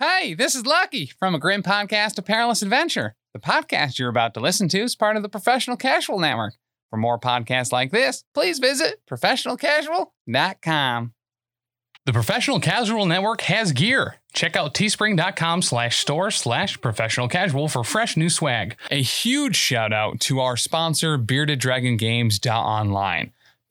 Hey, this is Lucky from a grim podcast to perilous adventure. The podcast you're about to listen to is part of the Professional Casual Network. For more podcasts like this, please visit professionalcasual.com. The Professional Casual Network has gear. Check out teespring.com slash store slash professional casual for fresh new swag. A huge shout out to our sponsor, Bearded Dragon Games Online.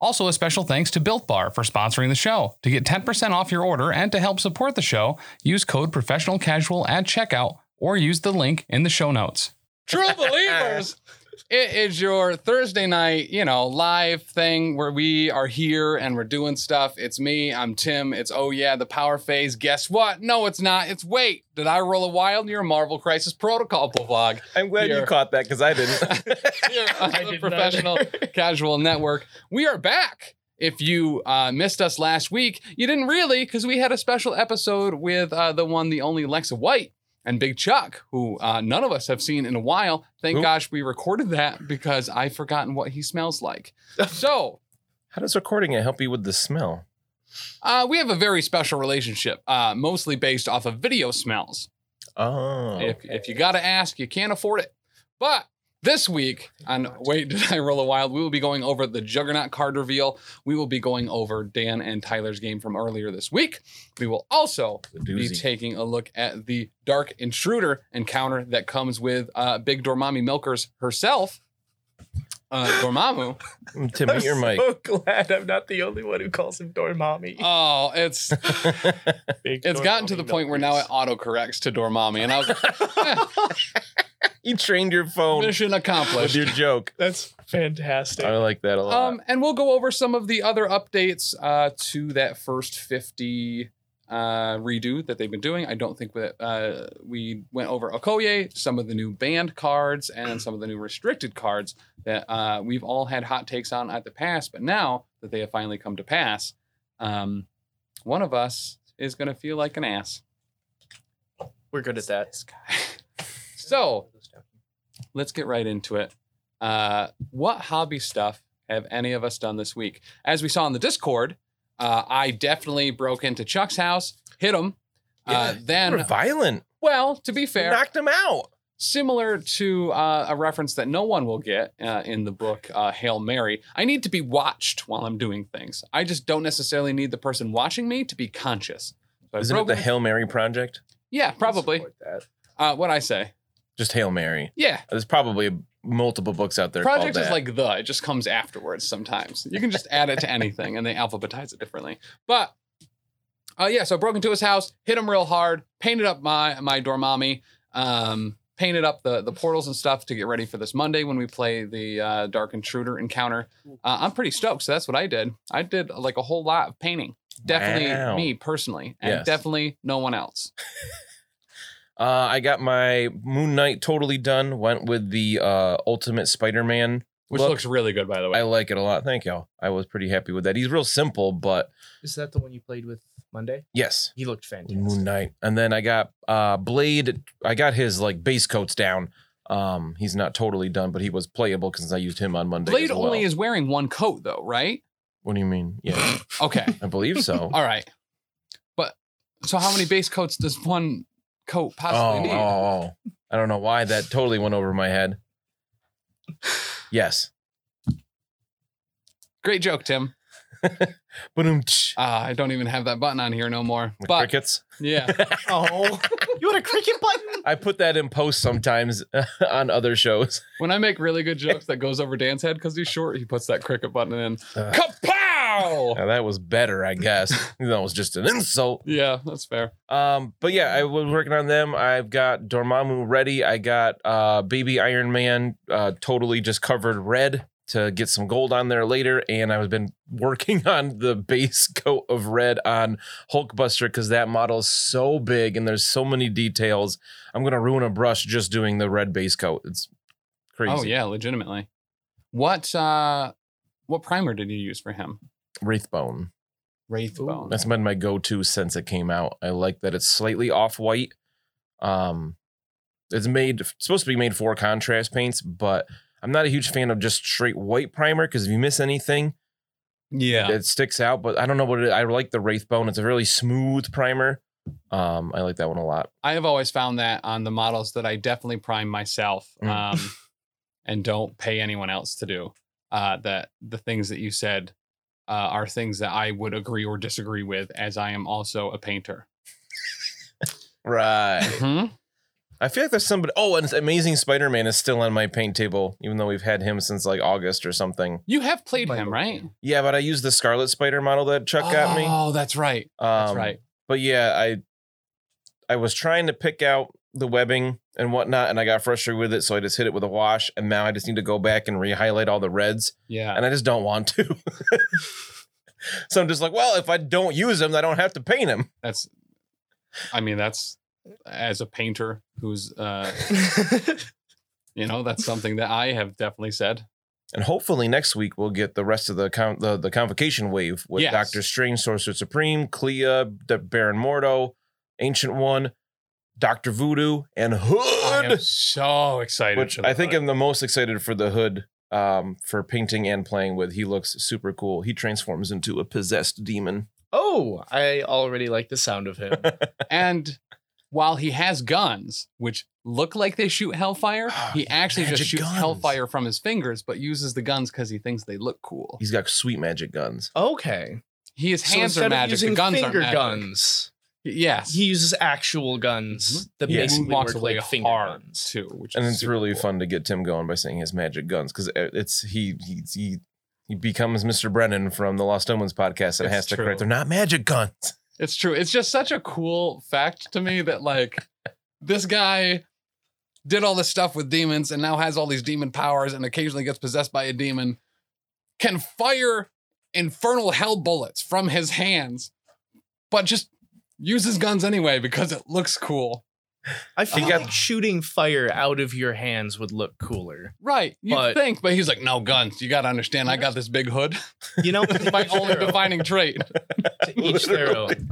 Also, a special thanks to Built Bar for sponsoring the show. To get 10% off your order and to help support the show, use code Professional Casual at checkout or use the link in the show notes. True believers, it is your Thursday night, you know, live thing where we are here and we're doing stuff. It's me, I'm Tim. It's oh yeah, the power phase. Guess what? No, it's not. It's wait. Did I roll a wild? Your Marvel Crisis Protocol vlog. I'm glad Here. you caught that because I didn't. here on I the did not. Professional Casual Network. We are back. If you uh, missed us last week, you didn't really, because we had a special episode with uh, the one, the only Lexa White and Big Chuck, who uh, none of us have seen in a while. Thank Who? gosh we recorded that because I've forgotten what he smells like. So How does recording it help you with the smell? uh, we have a very special relationship, uh, mostly based off of video smells. Oh, If, if you got to ask, you can't afford it. But this week on Wait Did I Roll a Wild, we will be going over the Juggernaut card reveal. We will be going over Dan and Tyler's game from earlier this week. We will also the be doozy. taking a look at the Dark Intruder encounter that comes with uh, Big Dormammu Milkers herself. Uh, Dormammu. Mm, Tim, mute your mic. so glad I'm not the only one who calls him Dormammy. Oh, it's Big it's gotten to Dormammu the point where now it numbers. auto corrects to Dormammu, and I was like, you trained your phone mission accomplished. with your joke. That's fantastic. I like that a lot. Um, and we'll go over some of the other updates uh, to that first 50 uh, redo that they've been doing. I don't think that uh, we went over Okoye, some of the new banned cards, and some of the new restricted cards that uh, we've all had hot takes on at the past. But now that they have finally come to pass, um, one of us is going to feel like an ass. We're good at that. So let's get right into it. Uh, what hobby stuff have any of us done this week? As we saw in the Discord, uh, I definitely broke into Chuck's house, hit him. Uh, you were then, violent. well, to be You fair, knocked him out. similar to uh, a reference that no one will get uh, in the book uh, Hail Mary, I need to be watched while I'm doing things. I just don't necessarily need the person watching me to be conscious. So I Isn't it broke the in- Hail Mary project? yeah, probably. Support that. Uh, what I say? Just Hail Mary. Yeah, There's probably multiple books out there Project called is that. like the, it just comes afterwards sometimes. You can just add it to anything and they alphabetize it differently. But uh, yeah, so I broke into his house, hit him real hard, painted up my my Dormammu, um, painted up the the portals and stuff to get ready for this Monday when we play the uh, Dark Intruder encounter. Uh, I'm pretty stoked, so that's what I did. I did uh, like a whole lot of painting. Definitely Wow. me personally, and Yes. definitely no one else. Uh, I got my Moon Knight totally done. Went with the uh, Ultimate Spider-Man. Which Look- looks really good, by the way. I like it a lot. Thank y'all. I was pretty happy with that. He's real simple, but Is that the one you played with Monday? yes, He looked Moon fantastic. Knight. And then I got uh Blade. I got his like base coats down. Um, he's not totally done, but he was playable because I used him on Monday. Blade as well. only is wearing one coat though, right? What do you mean? Yeah, Okay. I believe so. Oh, All right. But so how many base coats does one coat oh, possibly oh, need? oh. I don't know why that totally went over my head. Yes, Great joke, Tim. but um, Uh, I don't even have that button on here no more. But crickets. yeah. Oh, you want a cricket button? I put that in post sometimes on other shows. When I make really good jokes that goes over Dan's head because he's short, he puts that cricket button in. Uh. Kapow! Now, that was better, I guess. that was just an insult. Yeah, that's fair. Um, but yeah, I was working on them. I've got Dormammu ready. I got uh, Baby Iron Man uh, totally just covered red to get some gold on there later. And I've been working on the base coat of red on Hulkbuster because that model is so big and there's so many details. I'm gonna ruin a brush just doing the red base coat. It's crazy. Oh yeah, legitimately. What uh, what primer did you use for him? Wraithbone. Wraithbone. That's been my go-to since it came out. I like that it's slightly off-white. Um, it's made it's supposed to be made for contrast paints, but I'm not a huge fan of just straight white primer because if you miss anything, yeah. it sticks out. But I don't know what it, I like the Wraithbone. It's a really smooth primer. Um, I like that one a lot. I have always found that on the models that I definitely prime myself Mm. um, and don't pay anyone else to do. Uh, that the things that you said uh, are things that I would agree or disagree with, as I am also a painter. Right. Mhm. I feel like there's somebody. Oh, and Amazing Spider-Man is still on my paint table, even though we've had him since like August or something. You have played Might him, look right? good. Yeah, but I used the Scarlet Spider model that Chuck got me. Oh, that's right. That's Um, right. But yeah, I I was trying to pick out the webbing and whatnot, and I got frustrated with it, so I just hit it with a wash, and now I just need to go back and re-highlight all the reds, Yeah. and I just don't want to. so I'm just like, well, if I don't use them, I don't have to paint them. That's. I mean, that's as a painter who's uh, you know that's something that I have definitely said. And hopefully next week we'll get the rest of the con- the, the convocation wave with Yes. Doctor Strange, Sorcerer Supreme, Clea, the Baron Mordo, Ancient One, Doctor Voodoo, and I am Hood, so excited. which for the I think book. I'm the most excited for the Hood um, for painting and playing with. He looks super cool. He transforms into a possessed demon. oh, I already like the sound of him. And while he has guns, which look like they shoot hellfire, he actually Magic just shoots guns. hellfire from his fingers, but uses the guns because he thinks they look cool. He's got sweet magic guns. Okay. He, his So hands instead are of magic. The using guns are finger magic. guns. Yes. He uses actual guns that Yeah. basically Moonwalks work away like finger hard, guns. too, which And is it's super really cool. fun to get Tim going by saying his magic guns because it's he he he he becomes Mr. Brennan from the Lost Omens podcast and It's has to true. correct. They're not magic guns. It's true. It's just such a cool fact to me that like this guy did all this stuff with demons and now has all these demon powers and occasionally gets possessed by a demon, can fire infernal hell bullets from his hands, but just uses guns anyway because it looks cool. I feel got- like shooting fire out of your hands would look cooler. Right. You But- think, but he's like, no guns. You gotta understand, I got this big hood. You know, My only defining trait. to each their own.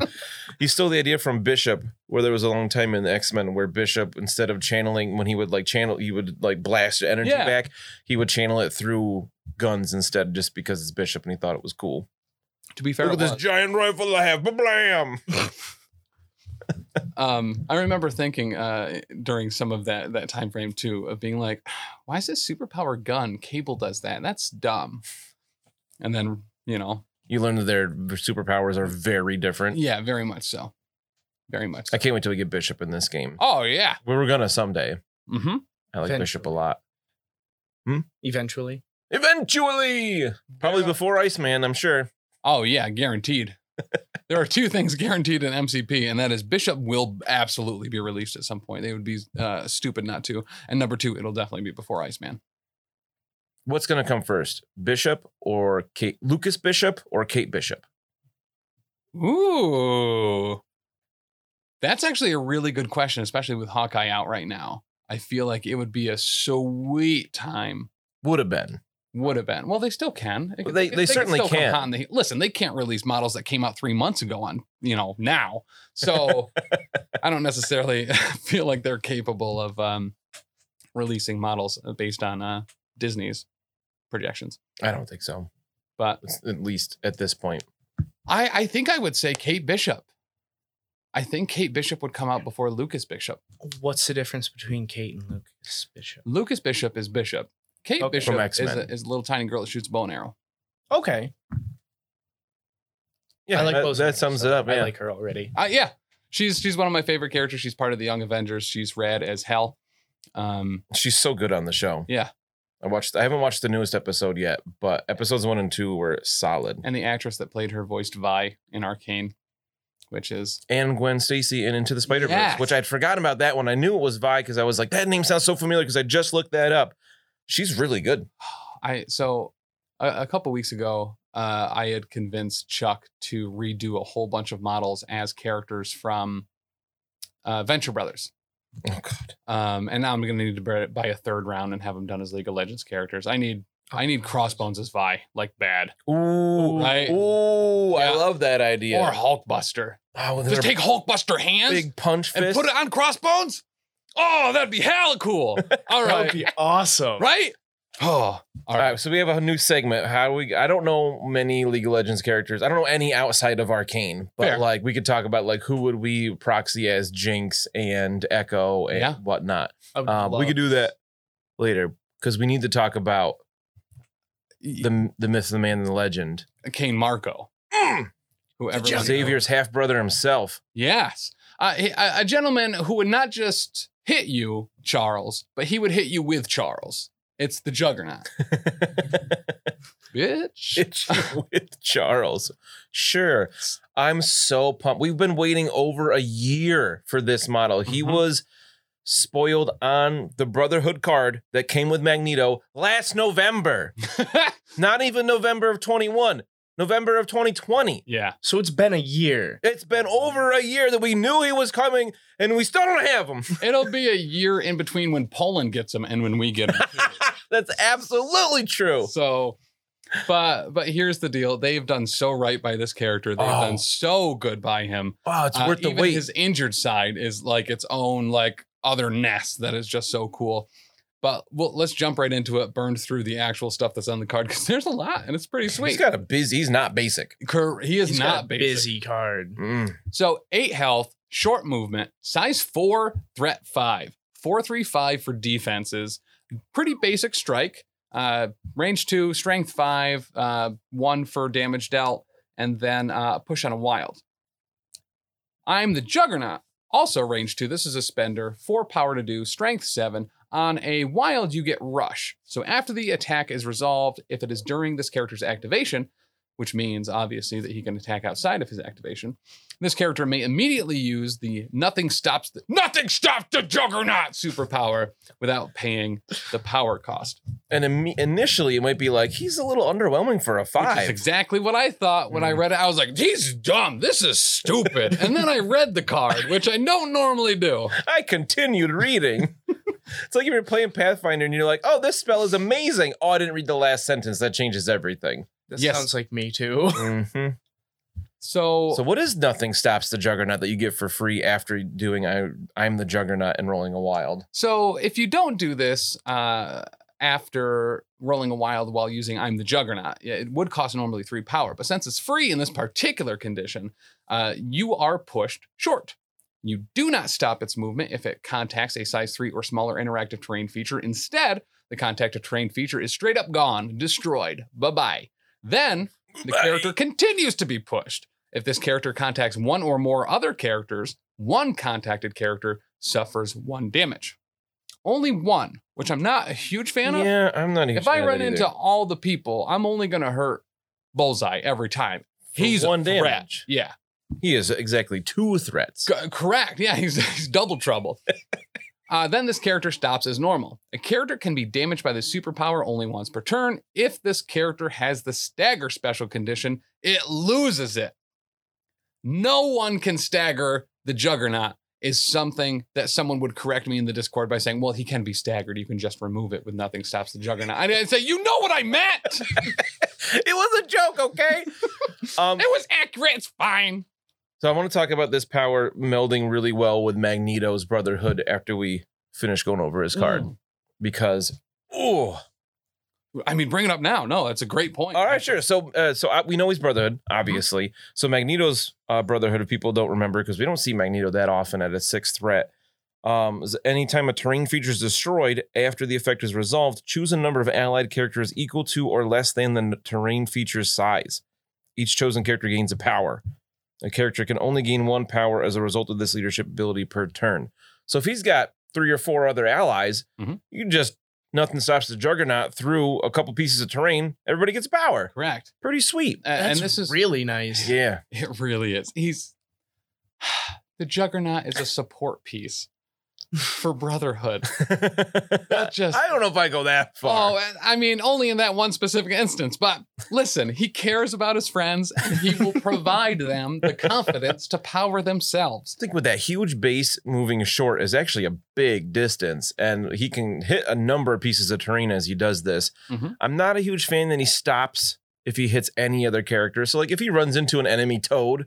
He stole the idea from Bishop, where there was a long time in the X Men where Bishop, instead of channeling when he would like channel, he would like blast energy Yeah. back. He would channel it through guns instead, just because it's Bishop, and he thought it was cool. To be fair, Look at it this was. giant rifle I have, blam! um, I remember thinking uh, during some of that that time frame too of being like, why is this superpower gun? Cable does that. That's dumb. And then you know, You learn that their superpowers are very different. yeah, very much so, very much. So. I can't wait till we get Bishop in this game. Oh yeah. We were gonna someday. Mm-hmm. I like Bishop a lot. Eventually. Eventually, probably before Iceman, I'm sure. Oh yeah, guaranteed. there are two things guaranteed in MCP, and that is Bishop will absolutely be released at some point. They would be uh, stupid not to. And number two, it'll definitely be before Iceman. What's gonna come first, Bishop or Kate Lucas Bishop or Kate Bishop? Ooh. That's actually a really good question, especially with Hawkeye out right now. I feel like it would be a sweet time. Would have been. Would have been. Well, they still can. It Well, could- they- it could- they could certainly still come can. hot in the- listen, they can't release models that came out three months ago on, you know, now. So I don't necessarily feel like they're capable of um, releasing models based on uh, Disney's projections. I don't think so. But It's- At least at this point. I, I think I would say Kate Bishop. I think Kate Bishop would come out before Lucas Bishop. What's the difference between Kate and Lucas Bishop? Lucas Bishop is Bishop. Kate Okay. Bishop From is a, X-Men. is a little tiny girl that shoots a bow and arrow. Okay. Yeah, I like that, both. that names, sums so it up. I yeah. like her already. Uh, yeah, she's she's one of my favorite characters. She's part of the Young Avengers. She's rad as hell. Um, She's so good on the show. Yeah. I watched. I haven't watched the newest episode yet, but episodes one and two were solid. and the actress that played her voiced Vi in Arcane, which is And Gwen Stacy and Into the Spider Verse, Yes. which I'd forgotten about that one. I knew it was Vi because I was like, that name sounds so familiar because I just looked that up. She's really good. I so a, a couple weeks ago, uh, I had convinced Chuck to redo a whole bunch of models as characters from uh, Venture Brothers. Oh God. Um, and now I'm going to need to buy buy a third round and have them done as League of Legends characters. I need I need Crossbones as Vi, like bad, Ooh, ooh, I- I Yeah. love that idea. or Hulkbuster. oh, with Just her take Hulkbuster hands big punch and fist. put it on Crossbones. Oh, that'd be hella cool. All That would right, be awesome. right? Oh, all All right. right, so we have a new segment. How do we? I don't know many League of Legends characters. I don't know any outside of Arcane, but Fair. like we could talk about like who would we proxy as Jinx and Echo and Yeah. whatnot. I would Um, we love- could do that later because we need to talk about the the myth, the man, and the legend. Kane Marco. Mm. Whoever Xavier's half brother himself. Yes. Uh, he- a, a gentleman who would not just hit you, Charles, but he would hit you with Charles. It's the juggernaut. Bitch. It's you with Charles. Sure. I'm so pumped. We've been waiting over a year for this model. He Mhm. was spoiled on the Brotherhood card that came with Magneto last November. Not even November of 21, November of 2020. yeah. So it's been a year. It's been over a year that we knew he was coming and we still don't have him. It'll be a year in between when Poland gets him and when we get him. That's absolutely true. so but but here's the deal. They've done so right by this character. They've Oh. done so good by him. Wow, it's Uh, worth the even wait. His injured side is like its own like other nest that is just so cool. But well, let's jump right into it. Burn through the actual stuff that's on the card because there's a lot and it's pretty He's sweet. got a busy, he's not basic. Cor- he is He's got not a basic. busy card. Mm. So eight health, short movement, size four, threat five, four three five for defenses. Pretty basic strike. Uh, range two, strength five, uh, one for damage dealt, and then uh, push on a wild. I'm the Juggernaut. Also range two. This is a spender. Four power to do. Strength seven. On a wild, you get rush. So after the attack is resolved, if it is during this character's activation, which means obviously that he can attack outside of his activation, this character may immediately use the nothing stops the nothing stops the juggernaut superpower without paying the power cost. And Im- initially, it might be like he's a little underwhelming for a Which is five. exactly what I thought when I read it. I was like, he's dumb. This is stupid. and then I read the card, which I don't normally do. I continued reading. it's like if you're playing Pathfinder and you're like, "Oh, this spell is amazing." Oh, I didn't read the last sentence. That changes everything. That Yes. sounds like me too. Mhm. So, So, what is nothing stops the Juggernaut that you get for free after doing I I'm the Juggernaut and rolling a wild? So if you don't do this uh, after rolling a wild while using I'm the Juggernaut, yeah, it would cost normally three power. But since it's free in this particular condition, uh, you are pushed short. You do not stop its movement if it contacts a size three or smaller interactive terrain feature. Instead, the contacted terrain feature is straight up gone, destroyed. Bye bye. Then the Bye. character continues to be pushed. If this character contacts one or more other characters, one contacted character suffers one damage. Only one, which I'm not a huge fan of. yeah, I'm not. a huge If I fan of run that into either. all the people, I'm only going to hurt Bullseye every time. For He's one one a threat. damage. Yeah, he is exactly two threats. C- correct. Yeah, he's, he's double trouble. Uh, then this character stops as normal. A character can be damaged by the superpower only once per turn. If this character has the stagger special condition, it loses it. No one can stagger the juggernaut, is something that someone would correct me in the Discord by saying, well, he can be staggered. You can just remove it with nothing stops the juggernaut. And I'd say, you know what I meant. It it was a joke, okay? um, was accurate. It's fine. So I want to talk about this power melding really well with Magneto's Brotherhood after we finish going over his card because oh I mean, bring it up now. No, that's a great point. all right sure so uh, so I, we know he's Brotherhood obviously so Magneto's uh, Brotherhood if people don't remember because we don't see Magneto that often at a sixth threat um, is anytime a terrain feature is destroyed after the effect is resolved choose a number of allied characters equal to or less than the n- terrain feature's size each chosen character gains a power. A character can only gain one power as a result of this leadership ability per turn. So if he's got three or four other allies, Mhm. you can just nothing stops the juggernaut through a couple pieces of terrain. Everybody gets a power. Correct. Pretty sweet. A- and That's this is really nice. Yeah. It really is. He's the juggernaut is a support piece. for Brotherhood. just- I don't know if I go that Oh, far. and- I mean, only in that one specific instance. But listen, he cares about his friends and he will provide them the confidence to power themselves. I think with that huge base moving short is actually a big distance, and he can hit a number of pieces of terrain as he does this. Mhm. I'm not a huge fan that he stops if he hits any other character. So, like, if he runs into an enemy toad,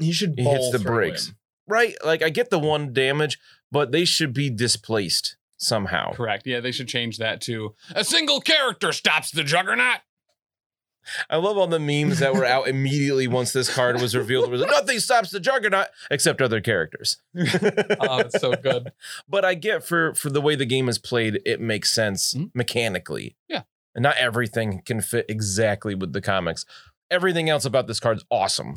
He should he hits the brakes, right? Like, I get the one damage, but they should be displaced somehow. Correct. Yeah, they should change that to a single character stops the juggernaut. I love all the memes that were out immediately once this card was revealed. It was like, nothing stops the juggernaut except other characters. Oh, it's so good. but I get for for the way the game is played, it makes sense Mhm. mechanically. Yeah. and not everything can fit exactly with the comics. Everything else about this card's awesome.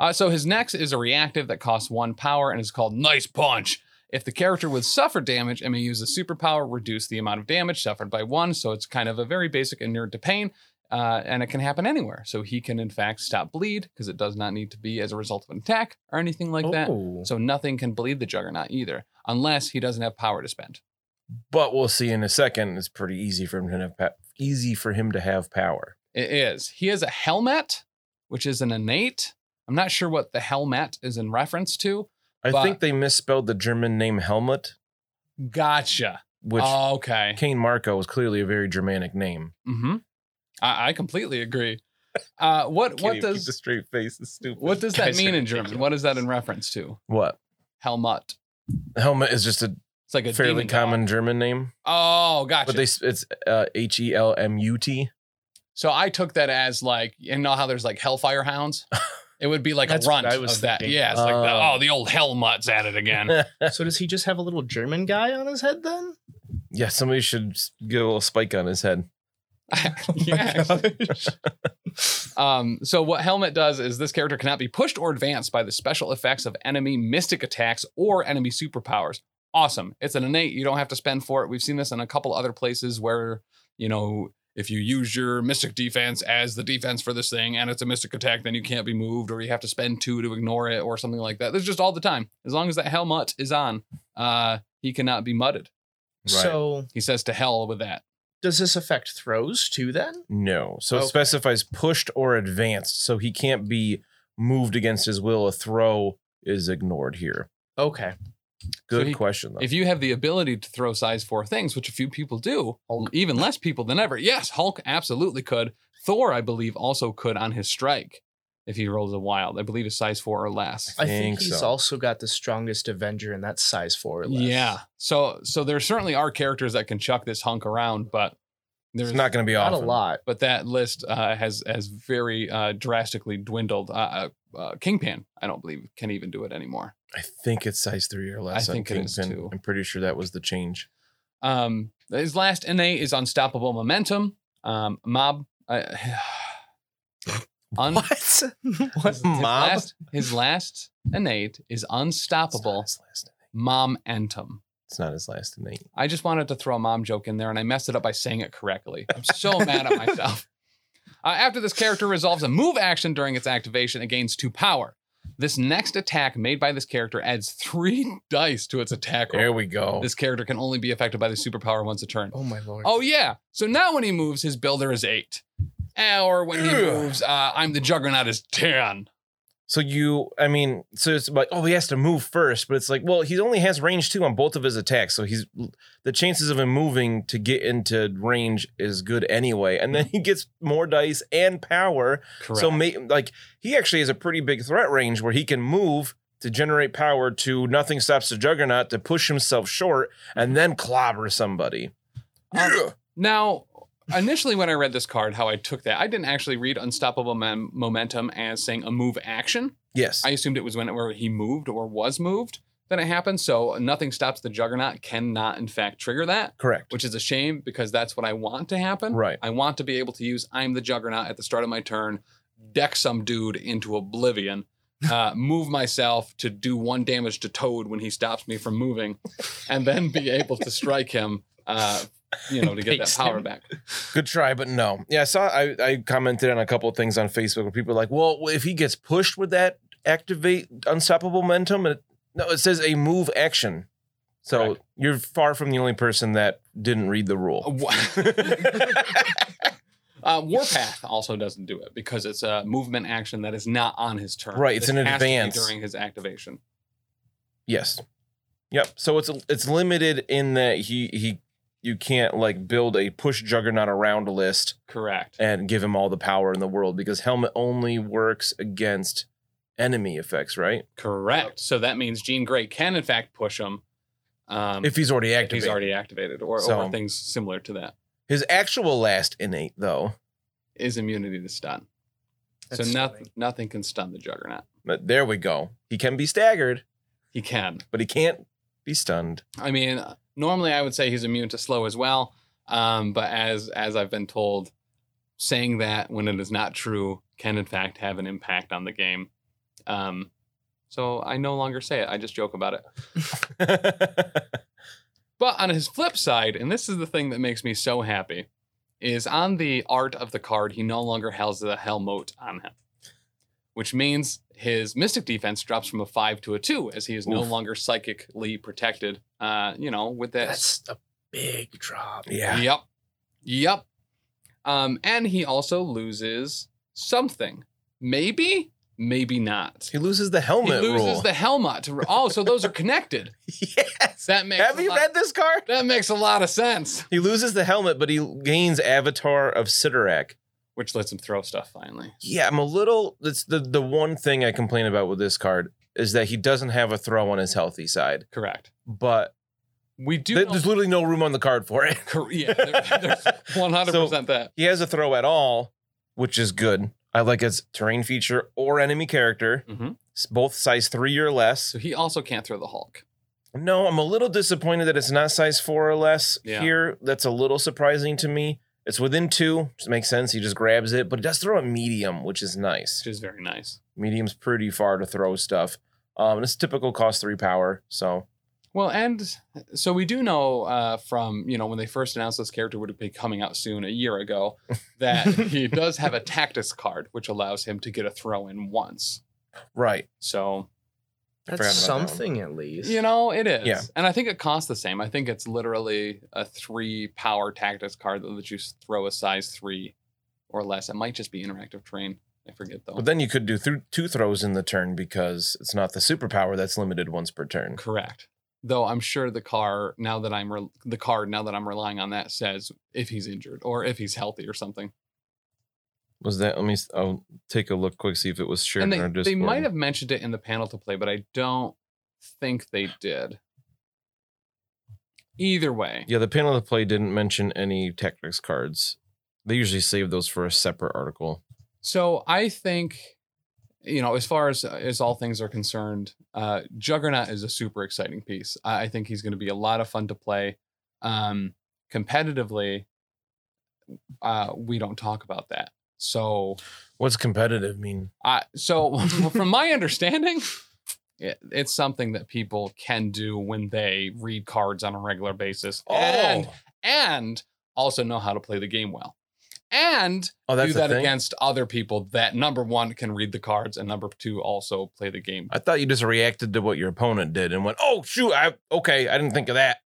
Uh, so his next is a reactive that costs one power and is called Nice Punch. If the character would suffer damage and may use a superpower, reduce the amount of damage suffered by one. So it's kind of a very basic inert to pain, uh, and it can happen anywhere. So he can, in fact, stop bleed because it does not need to be as a result of an attack or anything like that. Oh. So nothing can bleed the Juggernaut either, unless he doesn't have power to spend. But we'll see in a second. It's pretty easy for him to have pa- easy for him to have power. It is. He has a helmet, which is an innate. I'm not sure what the helmet is in reference to. I But- think they misspelled the German name Helmut, Gotcha. which Uh, okay. Kane Marco was clearly a very Germanic name. Mm-hmm. I, I completely agree. Uh, what Can't what even keep a does straight face? It's stupid. what does that Guys are mean in German? ridiculous. What is that in reference to? What Helmut. Helmet is just a It's like a fairly demon dog. common German name, Oh, gotcha. but they s- it's uh, H E L M U T. so I took that as like you know how there's like Hellfire Hounds. It would be like That's a runt what I was of that. thinking. Yeah, it's like the, Oh. oh, the old Helmut's at it again. So does he just have a little German guy on his head then? Yeah, somebody should s- get a little spike on his head. yeah. um, so what Helmet does is this character cannot be pushed or advanced by the special effects of enemy mystic attacks or enemy superpowers. Awesome. It's an innate. You don't have to spend for it. We've seen this in a couple other places where, you know, if you use your mystic defense as the defense for this thing and it's a mystic attack, then you can't be moved or you have to spend two to ignore it or something like that. There's just all the time. As long as that helmet is on, uh, he cannot be mudded. So He says to hell with that. does this affect throws too then? no, so it Okay. specifies pushed or advanced, so he can't be moved against his will. A throw is ignored here. Okay. Good he- question though. If you have the ability to throw size four things, which a few people do, even less people than ever. Yes, Hulk absolutely could. Thor, I believe, also could on his strike if he rolls a wild. I believe it's size four or less. I Think think he's so. also got the strongest Avenger and that's size four or less. Yeah. So so there certainly are characters that can chuck this hunk around, but there's it's not going to be Not often. a lot. But that list uh, has has very uh, drastically dwindled. Uh, uh, uh, Kingpin, I don't believe, can even do it anymore. I think it's size three or less. on think it is, Kingpin. too. I'm pretty sure that was the change. Um, his last innate is unstoppable momentum. Um, mob. Uh, un- What? His, his Mob? last, his last innate is It's unstoppable not his last. momentum. It's not his last name. I just wanted to throw a mom joke in there and I messed it up by saying it correctly. I'm so mad at myself. Uh, after this character resolves a move action during its activation, it gains two power. This next attack made by this character adds three dice to its attack There roll. we go. This character can only be affected by the superpower once a turn. oh my lord. Oh yeah. So now when he moves, his builder is eight, Eh, or when he Ugh. moves, uh, I'm the juggernaut is ten. So you, I mean, so it's like, oh, he has to move first, but it's like, well, he only has range two on both of his attacks, so he's the chances of him moving to get into range is good anyway. And then he gets more dice and power, Mm. Correct. so may, like he actually has a pretty big threat range where he can move to generate power to nothing stops the juggernaut to push himself short and then clobber somebody. Mm-hmm. Um, Now, initially, when I read this card, how I took that, I didn't actually read Unstoppable Mem- Momentum as saying a move action. yes, I assumed it was when where he moved or was moved that it happened. So nothing stops the Juggernaut cannot, in fact, trigger that, correct. which is a shame because that's what I want to happen. Right. I want to be able to use I'm the Juggernaut at the start of my turn, deck some dude into oblivion, uh, move myself to do one damage to Toad when he stops me from moving, and then be able to strike him, uh, you know, to get that Paste power him. back. Good try, but no. Yeah, I saw. I, I commented on a couple of things on Facebook where people are like, "Well, if he gets pushed with that activate unstoppable momentum, it No, it says a move action. So Correct. you're far from the only person that didn't read the Uh, rule. wa- uh, Warpath also doesn't do it because it's a movement action that is not on his turn. Right, it's It an has to be advance. during his activation. yes. Yep. So it's it's limited in that he he you can't like build a push juggernaut around list Correct. and give him all the power in the world because helmet only works against enemy effects, right? Correct. So that means Jean Grey can in fact push him um, If he's already if activated. he's already activated, or, So- or things similar to that His actual last innate though, is immunity to stun. That's so nothing stunning. nothing can stun the Juggernaut. but there we go. He can be staggered, He can. but he can't be stunned. I mean, normally I would say he's immune to slow as well, um, but as as I've been told, saying that when it is not true can in fact have an impact on the game. Um, so I no longer say it. I just joke about it. But on his flip side, and this is the thing that makes me so happy, is on the art of the card, he no longer has the Helmote on him, which means his Mystic defense drops from a five to a two, as he is no Oof. longer psychically protected. Uh, you know, with that. That's a big drop. yeah. Yep, yep. Um, and he also loses something. Maybe, maybe not. He loses the He helmet loses rule. the Helmut. To oh, so those are connected. yes. That makes Have a you lot- read this card? that makes a lot of sense. He loses the helmet, but he gains Avatar of Sidorak. Which lets him throw stuff finally. Yeah, I'm a little. That's the the one thing I complain about with this card is that he doesn't have a throw on his healthy side, Correct. but We do. th- know- there's literally no room on the card for it. Cor- yeah, there- there's 100% that. He has a throw at all, which is good. I like its terrain feature or enemy character, Mhm. s- both size three or less. So he also can't throw the Hulk. No, I'm a little disappointed that it's not size four or less Yeah. here. That's a little surprising to me. It's within two, which makes sense. He just grabs it, but it does throw a medium, which is nice. Which is very nice. Medium's pretty far to throw stuff. Um, and it's typical cost three power. So Well, and so we do know uh, from, you know, when they first announced this character would be coming out soon a year ago, that he does have a Tactus card, which allows him to get a throw in once. right, So, forgot That's about that one. something at least. you know, it is. Yeah. And I think it costs the same. I think it's literally a three power Tactus card that lets you throw a size three or less. It might just be interactive terrain. I forget though. but then you could do th- two throws in the turn because it's not the superpower that's limited once per turn. Correct. Though I'm sure the car now that I'm re- the card now that I'm relying on that says if he's injured or if he's healthy or something. Was that? Let me. s- I'll take a look quick, see if it was shared. and in our they, they Discord. might have mentioned it in the panel to play, but I don't think they did. Either way, Yeah, the panel of play didn't mention any tactics cards. They usually save those for a separate article. so I think you know as far as uh, as all things are concerned, uh, Juggernaut is a super exciting piece. I, I think he's going to be a lot of fun to play. Um, competitively, uh, we don't talk about that. So What's competitive mean? Uh, so, from my understanding, it, it's something that people can do when they read cards on a regular basis Oh! and, and also know how to play the game well. And oh, that's do the that thing. against other people that number one can read the cards and number two also play the game. I thought you just reacted to what your opponent did and went, "Oh shoot, I okay, I didn't think of that."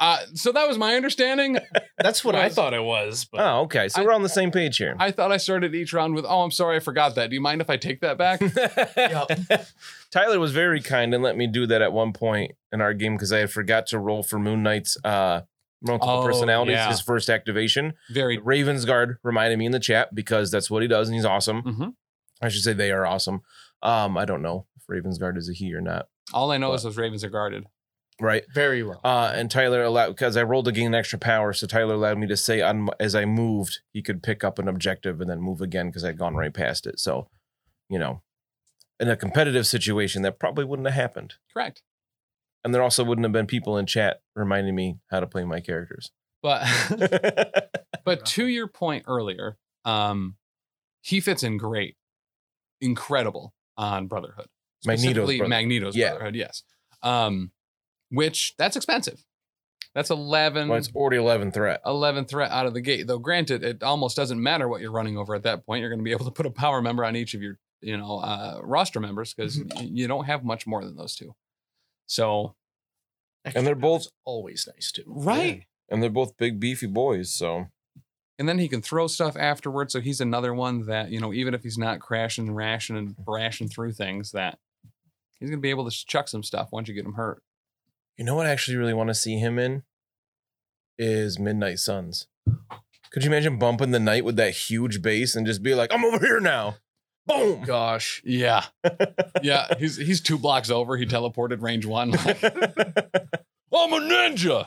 Uh, so that was my understanding. That's what I Was- thought it was, but oh, okay, so I- we're on the same page here. I thought I started each round with, "Oh, I'm sorry, I forgot that. Do you mind if I take that back?" Tyler was very kind and let me do that at one point in our game because I had forgot to roll for Moon Knight's uh, multiple Oh, personalities, yeah. his first activation. Very. Ravens guard reminded me in the chat because that's what he does and he's awesome. Mhm. I should say they are awesome. Um, I don't know if Ravens guard is a he or not, All I know is those Ravens are guarded. right? very well. Uh, and Tyler allowed because I rolled to gain extra power, so Tyler allowed me to say on as I moved, he could pick up an objective and then move again because I'd gone right past it. So, you know, in a competitive situation, that probably wouldn't have happened, Correct. and there also wouldn't have been people in chat reminding me how to play my characters. But yeah, but to your point earlier, um, he fits in great, incredible on Brotherhood. Magneto's Specifically brother- Magneto's yeah. Brotherhood, yes. Um, which that's expensive. That's 11, well, it's already eleven threat. 11 threat out of the gate. Though granted, it almost doesn't matter what you're running over at that point. You're going to be able to put a Mm-hmm. power member on each of your, you know, uh, roster members because you don't have much more than those two. So And they're both- Extra always nice too. Right. and they're both big beefy boys. So And then he can throw stuff afterwards. So he's another one that, you know, even if he's not crashing, rashing, and brashing through things, that he's going to be able to sh- chuck some stuff once you get him hurt. you know what I actually really want to see him in is Midnight Suns. Could you imagine bumping the night with that huge bass and just be like, "I'm over here now." Boom. Gosh. Yeah. yeah. He's he's two blocks over. He teleported range one. I'm a ninja.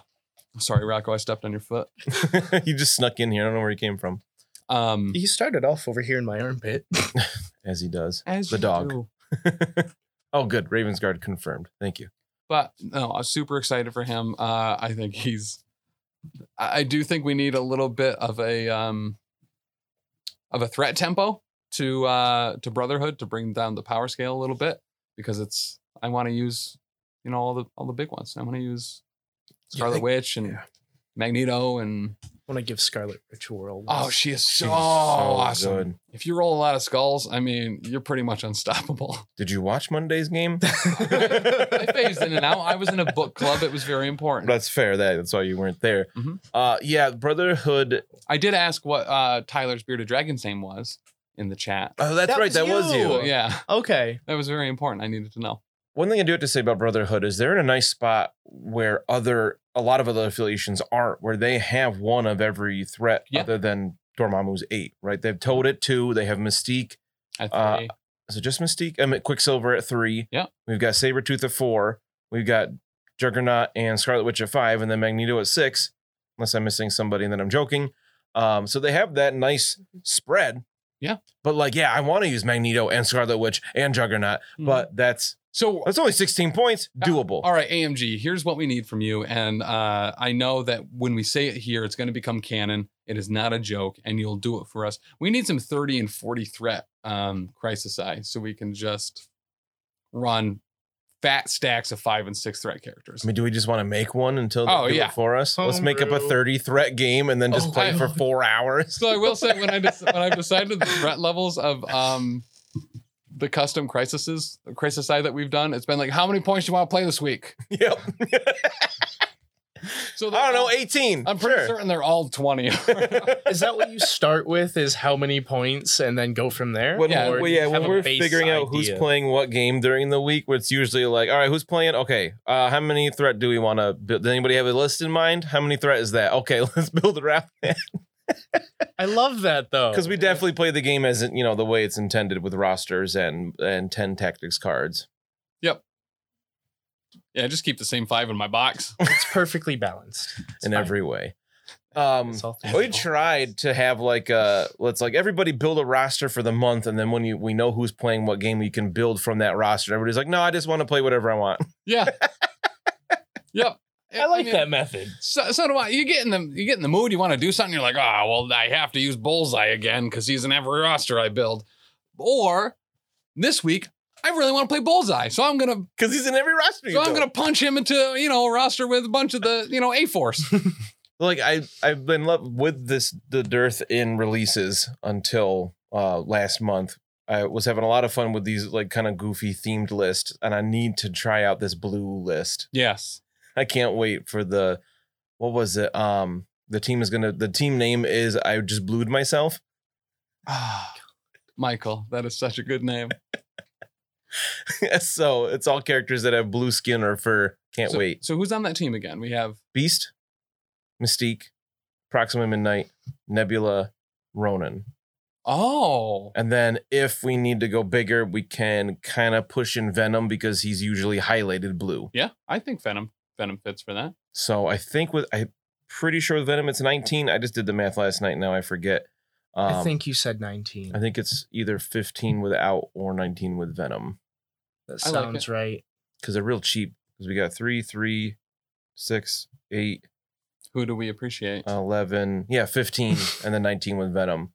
Sorry, Rocco, I stepped on your foot. he just snuck in here. I don't know where he came from, Um, He started off over here in my armpit. as he does. as the you dog. do. oh, good. Ravensguard confirmed. Thank you. But no, I'm super excited for him. Uh, I think he's. I I do think we need a little bit of a um, of a threat tempo to uh, to Brotherhood to bring down the power scale a little bit because it's. I want to use, you know, all the all the big ones. I want to use Scarlet I- Witch and yeah. Magneto and want to give Scarlet Witch a whirl. oh, she is so, She's so awesome. good. If you roll a lot of skulls, I mean, you're pretty much unstoppable. Did you watch Monday's game? I phased in and out. I was in a book club. It was very important. That's fair. That, that's why you weren't there. Mhm. Uh, yeah, Brotherhood. I did ask what uh, Tyler's bearded dragon's name was in the chat. Oh, that's That right. was that was you. you. But yeah, okay. that was very important. I needed to know. One thing I do have to say about Brotherhood is they're in a nice spot where other a lot of other affiliations aren't, where they have one of every threat Yeah. other than Dormammu's eight. Right? They've towed it two. They have Mystique. I Uh, think Is it just Mystique? I mean, Quicksilver at three. Yeah. We've got Sabretooth at four. We've got Juggernaut and Scarlet Witch at five, and then Magneto at six, unless I'm missing somebody and then I'm joking. Um, so they have that nice spread. Yeah. But like, yeah, I want to use Magneto and Scarlet Witch and Juggernaut, Mm-hmm. but that's so. that's only 16 points. Doable. All right, AMG, here's what we need from you. And uh, I know that when we say it here, it's going to become canon. It is not a joke, and you'll do it for us. We need some 30 and 40 threat um, crisis eye so we can just run fat stacks of five and six threat characters. I mean, do we just want to make one until they Oh, do yeah. it for us? Let's make up a Homebrew. 30 threat game and then just Oh, play I- for four hours. So I will say when I dec- when I've decided the threat levels of um the custom crises crisis side that we've done, it's been like how many points do you want to play this week? yep. So they're I don't know, all- 18. I'm pretty certain they're all twenty. Is that what you start with? Is how many points and then go from there? when, Yeah, Or well, do yeah, you have when a we're base figuring out who's idea? playing what game during the week, it's usually like, all right, who's playing? Okay, uh, how many threat do we want to build? Does anybody have a list in mind? How many threat is that? Okay, let's build around that Oh, I love that though. because we definitely play the game as it- you know the way it's intended with rosters and and ten tactics cards. yeah, just keep the same five in my box. it's perfectly balanced. It's in fine. every way. Um, It's all we thinkable. tried to have like a let's like everybody build a roster for the month, and then when you we know who's playing what game, we can build from that roster. Everybody's like, no, I just want to play whatever I want. Yeah. yep. I like mean, that method. So, so do I. You get in the you get in the mood. You want to do something. You're like, ah, well, I have to use Bullseye again because he's in every roster I build. Or this week, I really want to play Bullseye, so I'm gonna Because he's in every roster. you So I'm build. gonna punch him into you know a roster with a bunch of the you know A Force. like I I've been left with this the dearth in releases until uh last month. I was having a lot of fun with these like kind of goofy themed lists, and I need to try out this blue list. yes. I can't wait for the what was it? Um the team is gonna the team name is I just blued myself. Michael, that is such a good name. so it's all characters that have blue skin or fur. Can't so, wait. So who's on that team again? We have Beast, Mystique, Proxima Midnight, Nebula, Ronan. oh And then if we need to go bigger, we can kind of push in Venom because he's usually highlighted blue. yeah, I think Venom Venom fits for that. So I think with I'm pretty sure with Venom it's 19. I just did the math last night. Now I forget. Um, I think you said 19. I think it's either 15 without or 19 with Venom that I like sounds right. because they're real cheap. Because we got three, three, six, eight, Who do we appreciate? Oh. 11, yeah, 15, and then 19 with Venom.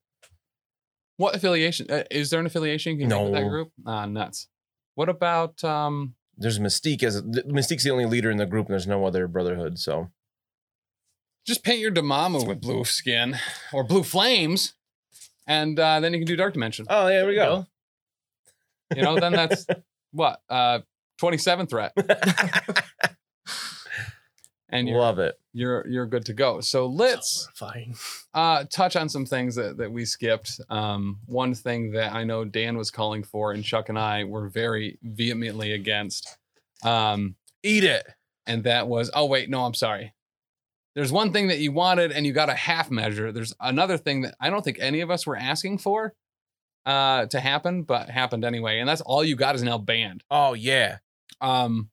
what affiliation uh, is there? An affiliation you can make with that No. group? Ah, nuts. What about um? There's Mystique as Mystique's the only leader in the group, and there's no other Brotherhood. So Just paint your Demamu with blue skin or blue flames, and uh, then you can do Dark Dimension. oh yeah, there we go. You know, then that's what uh 27 threat, and you're Love it. you're you're good to go. So It's let's horrifying. uh, touch on some things that, that we skipped. Um, one thing that I know Dan was calling for, and Chuck and I were very vehemently against, um, Eat it. and that was oh wait no I'm sorry. There's one thing that you wanted and you got a half measure. There's another thing that I don't think any of us were asking for uh, to happen, but happened anyway, and that's all you got is now banned. Oh yeah. Um,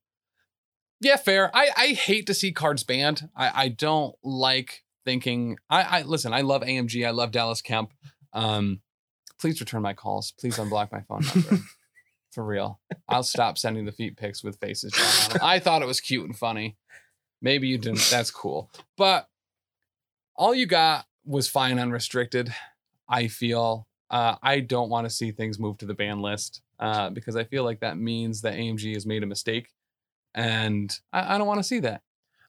yeah, fair. I, I hate to see cards banned. I, I don't like thinking. I, I listen. I love AMG. I love Dallas Kemp. Um, please return my calls. Please unblock my phone number. For real, I'll stop sending the feet pics with faces. drawn on 'em. I thought it was cute and funny. Maybe you didn't. That's cool. But all you got was fine unrestricted. I feel uh, I don't want to see things move to the ban list uh, because I feel like that means that AMG has made a mistake, and I, I don't want to see that.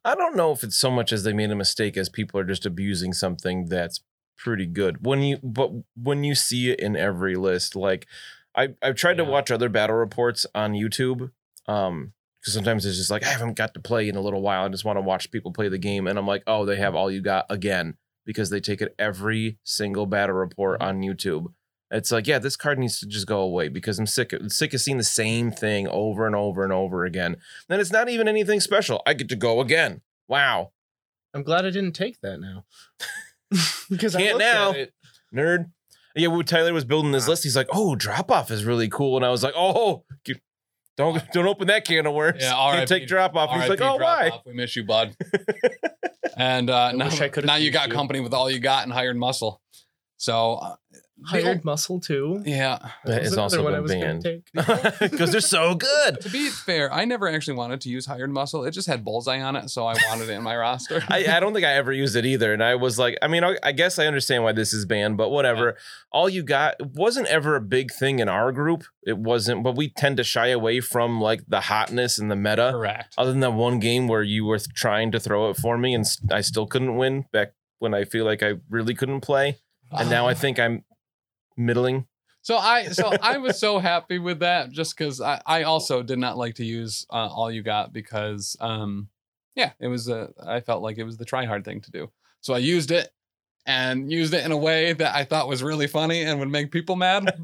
I don't know if it's so much as they made a mistake as people are just abusing something that's pretty good. When you but when you see it in every list, like I I've tried to Yeah. watch other battle reports on YouTube. Um because sometimes it's just like I haven't got to play in a little while. I just want to watch people play the game and I'm like, "Oh, they have all you got again." Because they take it every single battle report on YouTube. It's like, yeah, this card needs to just go away because I'm sick of sick of seeing the same thing over and over and over again. Then it's not even anything special. I get to go again. Wow. I'm glad I didn't take that now. because I Can't looked now. At it. Nerd. Yeah, when Tyler was building this list, he's like, "Oh, drop off is really cool," and I was like, "Oh, you- don't don't open that can of worms. Yeah, Can't RIP. take drop off." He's RIP, like, "Oh, drop why?" off. We miss you, bud. and uh, now, wish I could've now you used got you. company with all you got and hired muscle. So uh, Hired muscle too. yeah. That was is another also one been I was gonna banned. take. Because they're so good. To be fair, I never actually wanted to use hired muscle. It just had bullseye on it, so I wanted it in my roster. I, I don't think I ever used it either, and I was like, I mean, I, I guess I understand why this is banned, but whatever. All you got it wasn't ever a big thing in our group. It wasn't, but we tend to shy away from like the hotness and the meta. Correct. other than that one game where you were th- trying to throw it for me and s- I still couldn't win back when I feel like I really couldn't play. And now Ah. I think I'm middling. So I so I was so happy with that just because I, I also did not like to use uh, all you got because um yeah it was a I felt like it was the try hard thing to do so I used it and used it in a way that I thought was really funny and would make people mad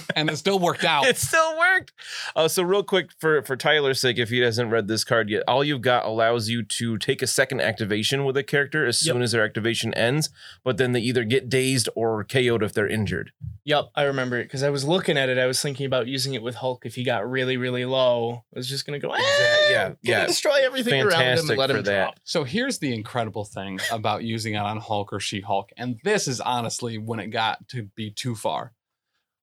and it still worked out It still worked. Uh, so real quick for for Tyler's sake, if he hasn't read this card yet, all you've got allows you to take a second activation with a character as Yep. soon as their activation ends, but then they either get dazed or KO'd if they're injured. Yep, I remember it because I was looking at it. I was thinking about using it with Hulk if he got really, really low. I was just gonna go, ah, Exact- yeah, gonna yeah. destroy everything around him Fantastic and let for him that. drop. So here's the incredible thing about using it on Hulk or She Hulk. And this is honestly when it got to be too far.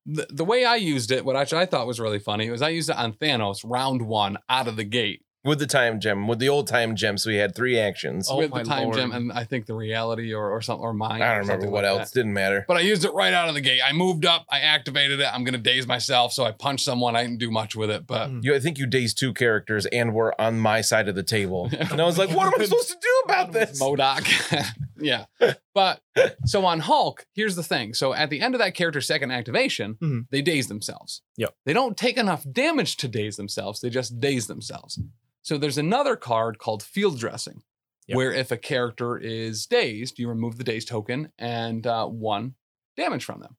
The, the way I used it, what I, I thought was really funny, was I used it on Thanos round one out of the gate With the time gem, with the old time gem, so we had three actions. Oh with the my time lord. gem and I think the reality or, or something or I mine. don't or remember something what like that. else. Didn't matter. But I used it right out of the gate. I moved up, I activated it. I'm going to daze myself. So I punched someone. I didn't do much with it, but Mm. You, I think you dazed two characters and were on my side of the table. And I was like, what am I supposed to do about this? Modoc. yeah. But so on Hulk, here's the thing. So at the end of that character's second activation, Hmm. Mhm. they daze themselves. Yep. They don't take enough damage to daze themselves, they just daze themselves. So there's another card called Field Dressing, Yep. where if a character is dazed, you remove the daze token and uh, one damage from them.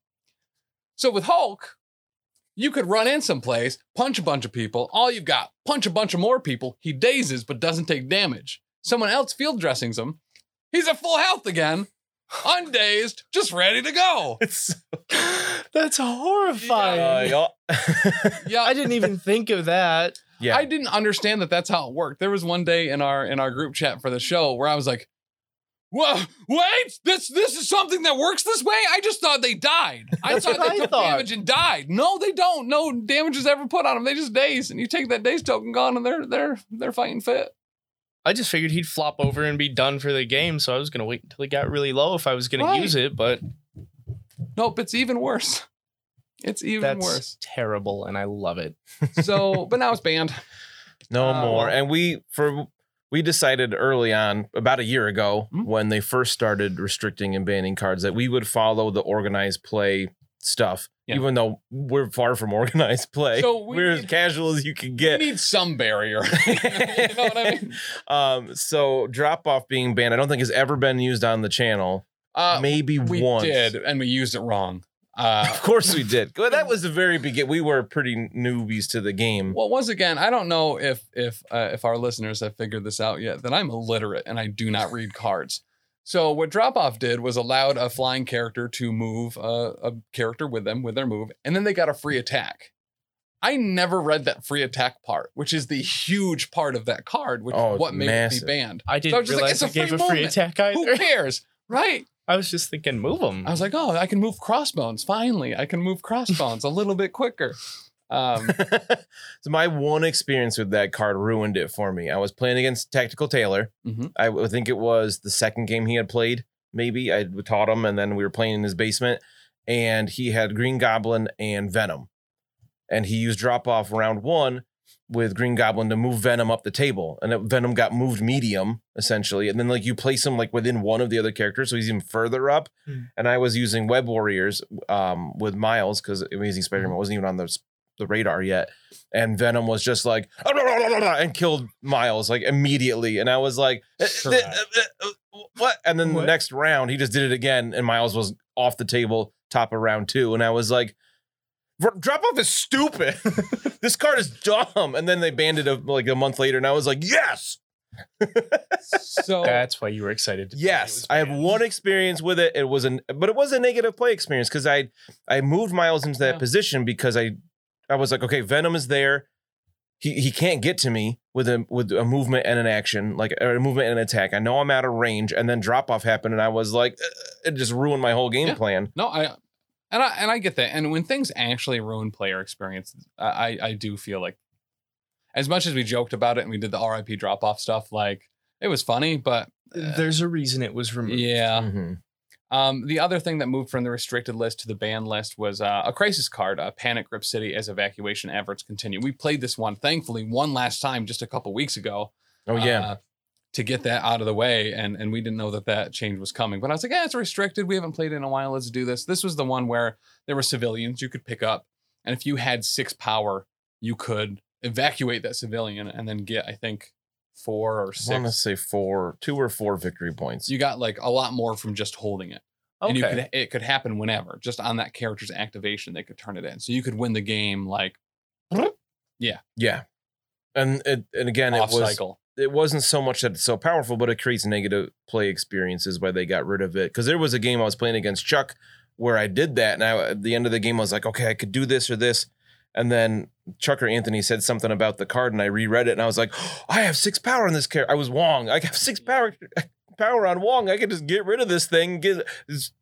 So with Hulk, you could run in someplace, punch a bunch of people. All you've got, punch a bunch of more people. He dazes but doesn't take damage. Someone else field dressings him. He's at full health again, undazed, just ready to go. It's That's horrifying. Uh, Yeah, I didn't even think of that. yeah. I didn't understand that that's how it worked. There was one day in our in our group chat for the show where I was like, "Whoa, wait! This this is something that works this way. I just thought they died. I That's thought what they I took thought. damage and died. No, they don't. No damage is ever put on them. They just daze, and you take that daze token gone, and they're they're they're fighting fit. I just figured he'd flop over and be done for the game, so I was gonna wait until he got really low if I was gonna Right. use it, but Nope, it's even worse. It's even that's worse. terrible and I love it. So, but now it's banned. no uh, more. well- And we for we decided early on, about a year ago, Hmm? when they first started restricting and banning cards, that we would follow the organized play stuff Yeah. even though we're far from organized play. So we we are as need- casual as you can You get. need some barrier. you know what I mean? um, so drop off being banned, I don't think has ever been used on the channel. Uh, Maybe we once. did, and we used it wrong. Uh, Of course we did. Well, that was the very beginning. We were pretty newbies to the game. well, once again, I don't know if if uh, if our listeners have figured this out yet. That I'm illiterate and I do not read cards. So what Drop Off did was allowed a flying character to move uh, a character with them with their move, and then they got a free attack. I never read that free attack part, which is the huge part of that card, which Oh, is it's what made it massive. be banned. I So I didn't was just like, realize it's it a gave free a free movement. attack Who either. cares, right? I was just thinking, move them. I Mm. was like, oh, I can move crossbones. Finally, I can move crossbones a little bit quicker. Um, so my one experience with that card ruined it for me. I was playing against Tactical Taylor. Mhm. I w- think it was the second game he had played. Maybe I taught him, and then we were playing in his basement, and he had Green Goblin and Venom, and he used drop off round one with Green Goblin to move Venom up the table, and it, Venom got moved medium essentially, and then like you place him like within one of the other characters, so he's even further up. Hmm. And I was using Web Warriors um, with Miles because Amazing Mm-hmm. Spider-Man wasn't even on the the radar yet. And Venom was just like "Ah, and killed Miles like immediately. And I was like, eh, Sure. eh, eh, eh, eh, what? And then the What? next round, he just did it again, and Miles was off the table, top of round two. And I was like, "Dro- drop off is stupid. this card is dumb. And then they banned it uh, like a month later, and I was like, yes, so That's why you were excited. To yes. I have one experience with it. It was an, but it was a negative play experience because I, I moved Miles into that Yeah. position because I, I was like, okay, Venom is there. he he can't get to me with a with a movement and an action like or a movement and an attack. I know I'm out of range, and then drop off happened, and I was like, "Ugh," it just ruined my whole game Yeah. plan. no, I and I and I get that. And when things actually ruin player experience, I I I do feel like as much as we joked about it and we did the RIP drop off stuff, like it was funny, but uh, There's a reason it was removed. yeah. Mhm. Um, the other thing that moved from the restricted list to the banned list was uh, a crisis card, uh, Panic Grip City, as evacuation efforts continue. We played this one, thankfully, one last time just a couple weeks ago. Oh yeah, uh, to get that out of the way, and and we didn't know that that change was coming. But I was like, yeah, it's restricted. We haven't played it in a while. Let's do this. This was the one where there were civilians you could pick up, and if you had six power, you could evacuate that civilian and then get, I think, four or I want to six. say four, two or four victory points. You got like a lot more from just holding it, and you could it could happen whenever, just on that character's activation, they could turn it in. So you could win the game like yeah, and it, and again, it off was cycle. it wasn't so much that it's so powerful, but it creates negative play experiences why they got rid of it. Because there was a game I was playing against Chuck where I did that, and I, at the end of the game, I was like, okay, I could do this or this. And then Chuck or Anthony said something about the card, and I reread it, and I was like, "Oh, I have six power on this character. I was Wong. I have six power. Power on Wong, I could just get rid of this thing, get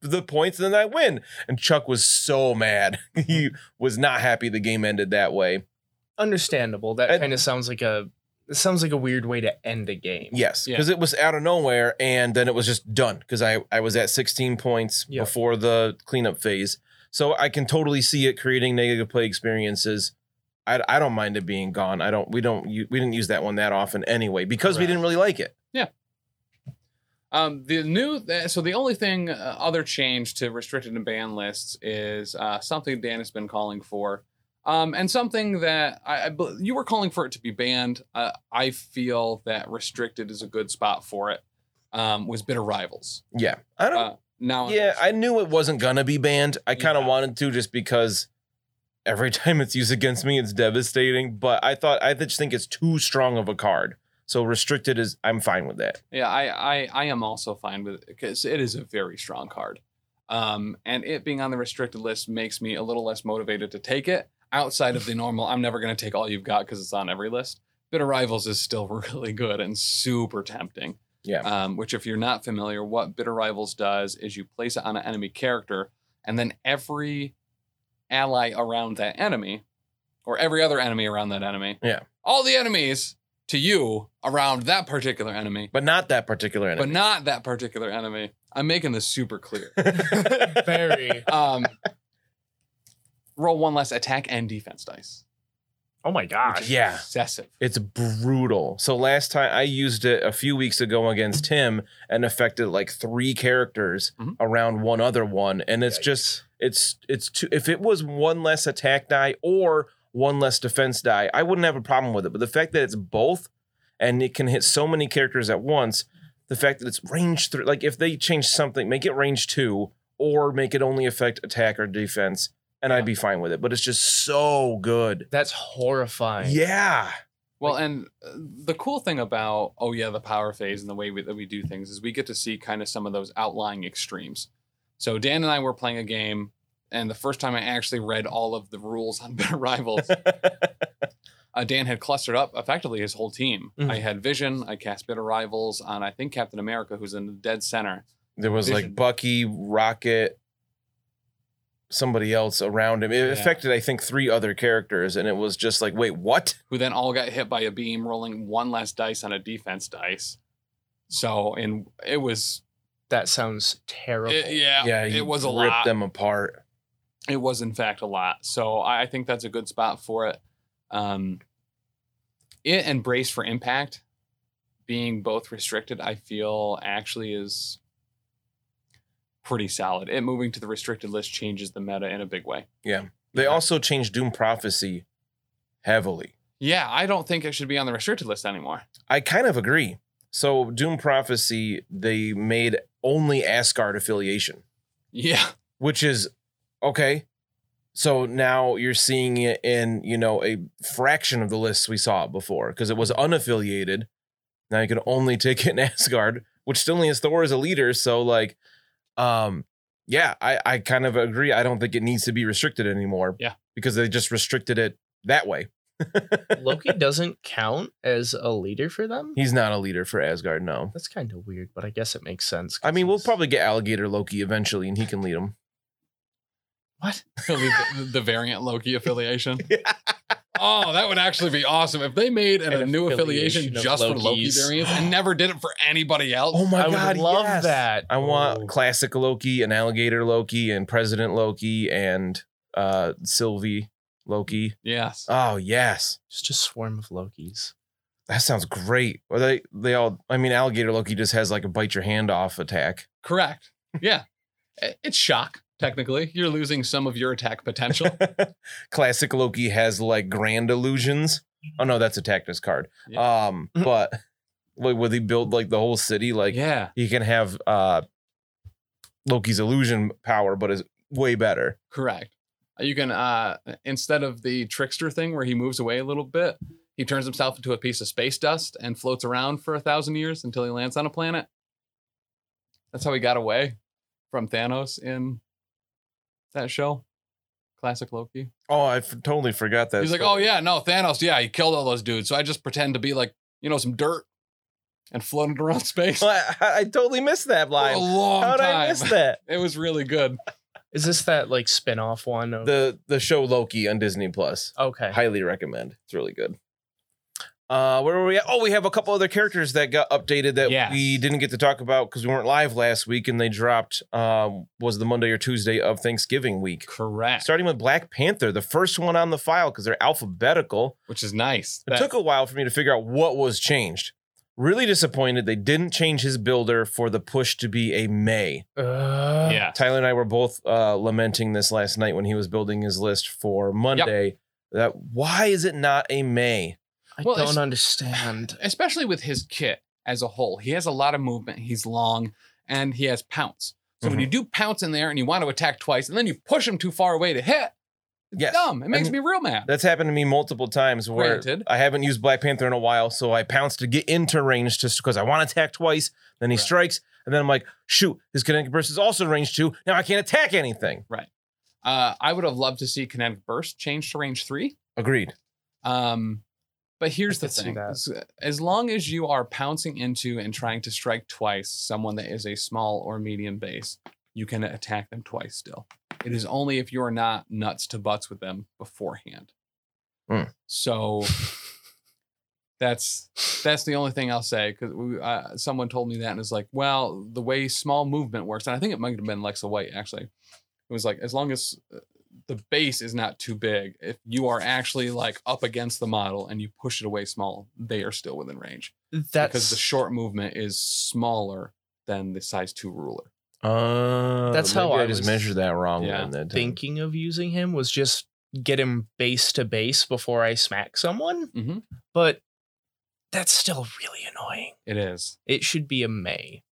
the points, and then I win. And Chuck was so mad; he was not happy the game ended that way. Understandable. That And- kind of sounds like a. It sounds like a weird way to end a game. Yes, Yeah. because it was out of nowhere, and then it was just done. Because I I was at 16 points Yeah. before the cleanup phase, so I can totally see it creating negative play experiences. I, I don't mind it being gone. I don't. We don't. u- We didn't use that one that often anyway because we Correct. didn't really like it. Um, the new th- so the only thing uh, other change to restricted and banned lists is uh, something Dan has been calling for, um, and something that I, I bel- you were calling for it to be banned. Uh, I feel that restricted is a good spot for it. Um, was bitter rivals Yeah, I don't. Uh, now? yeah, I knew it wasn't gonna be banned. I kind of Yeah. wanted to just because every time it's used against me, it's devastating. But I thought I just think it's too strong of a card. So restricted is I'm fine with that. Yeah, I, I, I am also fine with it because it is a very strong card. Um, and it being on the restricted list makes me a little less motivated to take it. Outside of the normal, I'm never going to take all you've got because it's on every list. Bitter Rivals is still really good and super tempting. Yeah. Um, which, if you're not familiar, what Bitter Rivals does is you place it on an enemy character, and then every ally around that enemy, or every other enemy around that enemy, Yeah. all the enemies to you around that particular enemy But not that particular enemy. but not that particular enemy. I'm making this super clear. Very. Um, roll one less attack and defense dice. Oh my gosh. which is Ah, yeah. excessive. It's brutal. So last time I used it a few weeks ago against him and affected like three characters Mhm. around one other one. And it's just it's it's too if it was one less attack die or one less defense die, I wouldn't have a problem with it. But the fact that it's both and it can hit so many characters at once, the fact that it's range three like if they change something, make it range two or make it only affect attack or defense, and I'd be fine with it. But it's just so good. That's horrifying. Yeah. Well, and uh, the cool thing about oh yeah, the power phase and the way we, that we do things is we get to see kind of some of those outlying extremes. So Dan and I were playing a game, and the first time I actually read all of the rules on Bitter Rivals, uh, Dan had clustered up effectively his whole team. Mhm. Mm. I had Vision, I cast Bitter Rivals on I think Captain America, who's in the dead center. There was Vision. like Bucky, Rocket, somebody else around him. It Yeah. affected, I think, three other characters, and it was just like, wait, what? who then all got hit by a beam, rolling one less dice on a defense dice. So, and it was, That sounds terrible. it- yeah, he it was a ripped lot. them apart. It was, in fact, a lot. So, I, I think that's a good spot for it. Um, it and Brace for Impact being both restricted, I feel actually is pretty solid. It moving to the restricted list changes the meta in a big way. They also changed Doom Prophecy heavily. Yeah, I don't think it should be on the restricted list anymore. I kind of agree. So Doom Prophecy, they made only Asgard affiliation. Yeah. which is okay. So now you're seeing it in, you know, a fraction of the lists we saw it before because it was unaffiliated. Now you can only take it in Asgard, which still only has Thor as a leader. So like, um, yeah, I, I kind of agree. I don't think it needs to be restricted anymore. Yeah. Because they just restricted it that way. Loki doesn't count as a leader for them. He's not a leader for Asgard, no. That's kind of weird, but I guess it makes sense. I 'cause mean, we'll he's- probably get Alligator Loki eventually and he can lead him. what? the, the variant Loki affiliation. Oh, that would actually be awesome if they made an, An a new affiliation affiliation of just for Loki Lokis. variants and never did it for anybody else. Oh my I god, would love yes. that. I want Oh. classic Loki and alligator Loki and President Loki and uh Sylvie Loki. Yes. Oh yes. just a swarm of Lokis. That sounds great. Or they they all I mean alligator Loki just has like a bite your hand off attack. Correct. Yeah. I- It's shock, technically. You're losing some of your attack potential. classic Loki has like grand illusions. Oh no, that's a tactus card. Um but like would he build like the whole city like yeah. he can have uh Loki's illusion power but is way better. Correct. You can uh instead of the trickster thing where he moves away a little bit, he turns himself into a piece of space dust and floats around for a thousand years until he lands on a planet. That's how he got away from Thanos in that show. Classic Loki. Oh, I f- totally forgot that. He's like, story. Oh yeah, no, Thanos, yeah, he killed all those dudes. So I just pretend to be like, you know, some dirt and floated around space for Well, I, I totally missed that a line. long How did I time. miss that? It was really good. Is this that like spin off one? Of, The the show Loki on Disney Plus. okay. Highly recommend. It's really good. Uh, where were we at? Oh, we have a couple other characters that got updated that Yes. we didn't get to talk about because we weren't live last week, and they dropped um, was the Monday or Tuesday of Thanksgiving week. Correct. Starting with Black Panther, the first one on the file because they're alphabetical. Which is nice. It took a while for me to figure out what was changed. Really disappointed they didn't change his builder for the push to be a May. Uh, yeah. Tyler and I were both uh, lamenting this last night when he was building his list for Monday. That why is it not a May? I Well, it's- don't understand. especially with his kit as a whole. He has a lot of movement. He's long and he has pounce. So when Mhm. you do pounce in there and you want to attack twice and then you push him too far away to hit, it's Yes. dumb. It makes And me real mad. That's happened to me multiple times where Granted. I haven't used Black Panther in a while, so I pounce to get into range just because I want to attack twice. Then he Right. strikes, and then I'm like, shoot, his kinetic burst is also range two. Now I can't attack anything. Uh, I would have loved to see kinetic burst change to range three. Agreed. Um, but here's the could see thing: that. as, as long as you are pouncing into and trying to strike twice someone that is a small or medium base, you can attack them twice. Still, it is only if you are not nuts to butts with them beforehand. Hmm. So that's that's the only thing I'll say because uh, someone told me that and it's like, well, the way small movement works, and I think it might have been Lexa White actually. It was like as long as uh, the base is not too big. If you are actually like up against the model and you push it away small, they are still within range That's because the short movement is smaller than the size two ruler. Uh, That's how maybe I just was measured that wrong. Yeah. then that time. thinking of using him was just get him base to base before I smack someone, Mhm. but that's still really annoying. It is. It should be a May,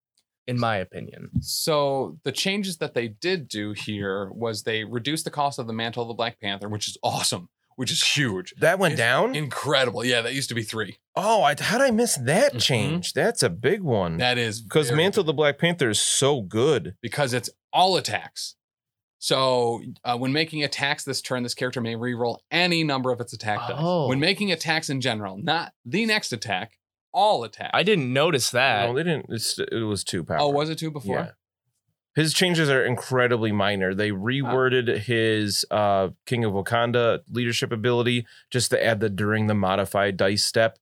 in my opinion. So the changes that they did do here was they reduced the cost of the mantle of the Black Panther, which is awesome, which is huge, that went It's down. incredible. Yeah, that used to be three. oh, I, how did I miss that Mm-hmm. Mhm. change? That's a big one. That is Because very Mantle of the Black Panther is so good. because it's all attacks. So uh, when making attacks this turn, this character may reroll any number of its attack dice. Oh. When making attacks in general, not the next attack, all attacks. I didn't notice that. no, they didn't. It's, it was too powerful. Uh, Oh, was it two before? Yeah. His changes are incredibly minor. They reworded his uh, King of Wakanda leadership ability just to add the during the modified dice step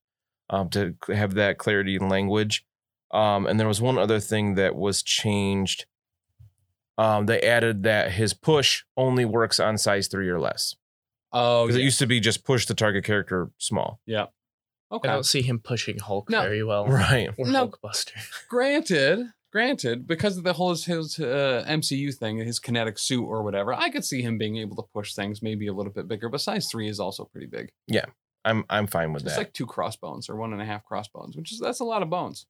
um, to c- have that clarity in language. Um, and there was one other thing that was changed. Um, they added that his push only works on size three or less. Oh, Because yeah. it used to be just push the target character small. okay. I don't see him pushing Hulk No. very well. Right. Or No. Hulkbuster. granted, granted, because of the whole his uh, MCU thing, his kinetic suit or whatever, I could see him being able to push things maybe a little bit bigger. But size three is also pretty big. I'm I'm fine with It's that. like two crossbones or one and a half crossbones, which is that's a lot of bones.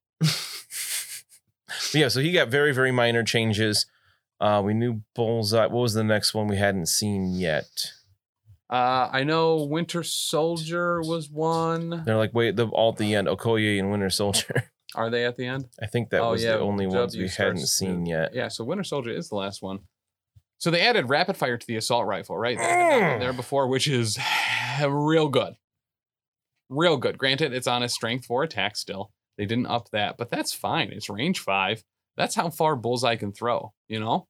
But yeah, so he got very, very minor changes. Uh, we knew Bullseye. What was the next one we hadn't seen yet? Uh, I know Winter Soldier was one. They're like, wait, the all at the end, Okoye and Winter Soldier. Are they at the end? I think that Oh, was yeah, the only ones W we starts hadn't seen yet. Yeah, so Winter Soldier is the last one. So they added rapid fire to the assault rifle, right? That had Mm. not been there before, which is real good. Real good. Granted, it's on a strength four attack still. They didn't up that, but that's fine. It's range five. That's how far Bullseye can throw, you know?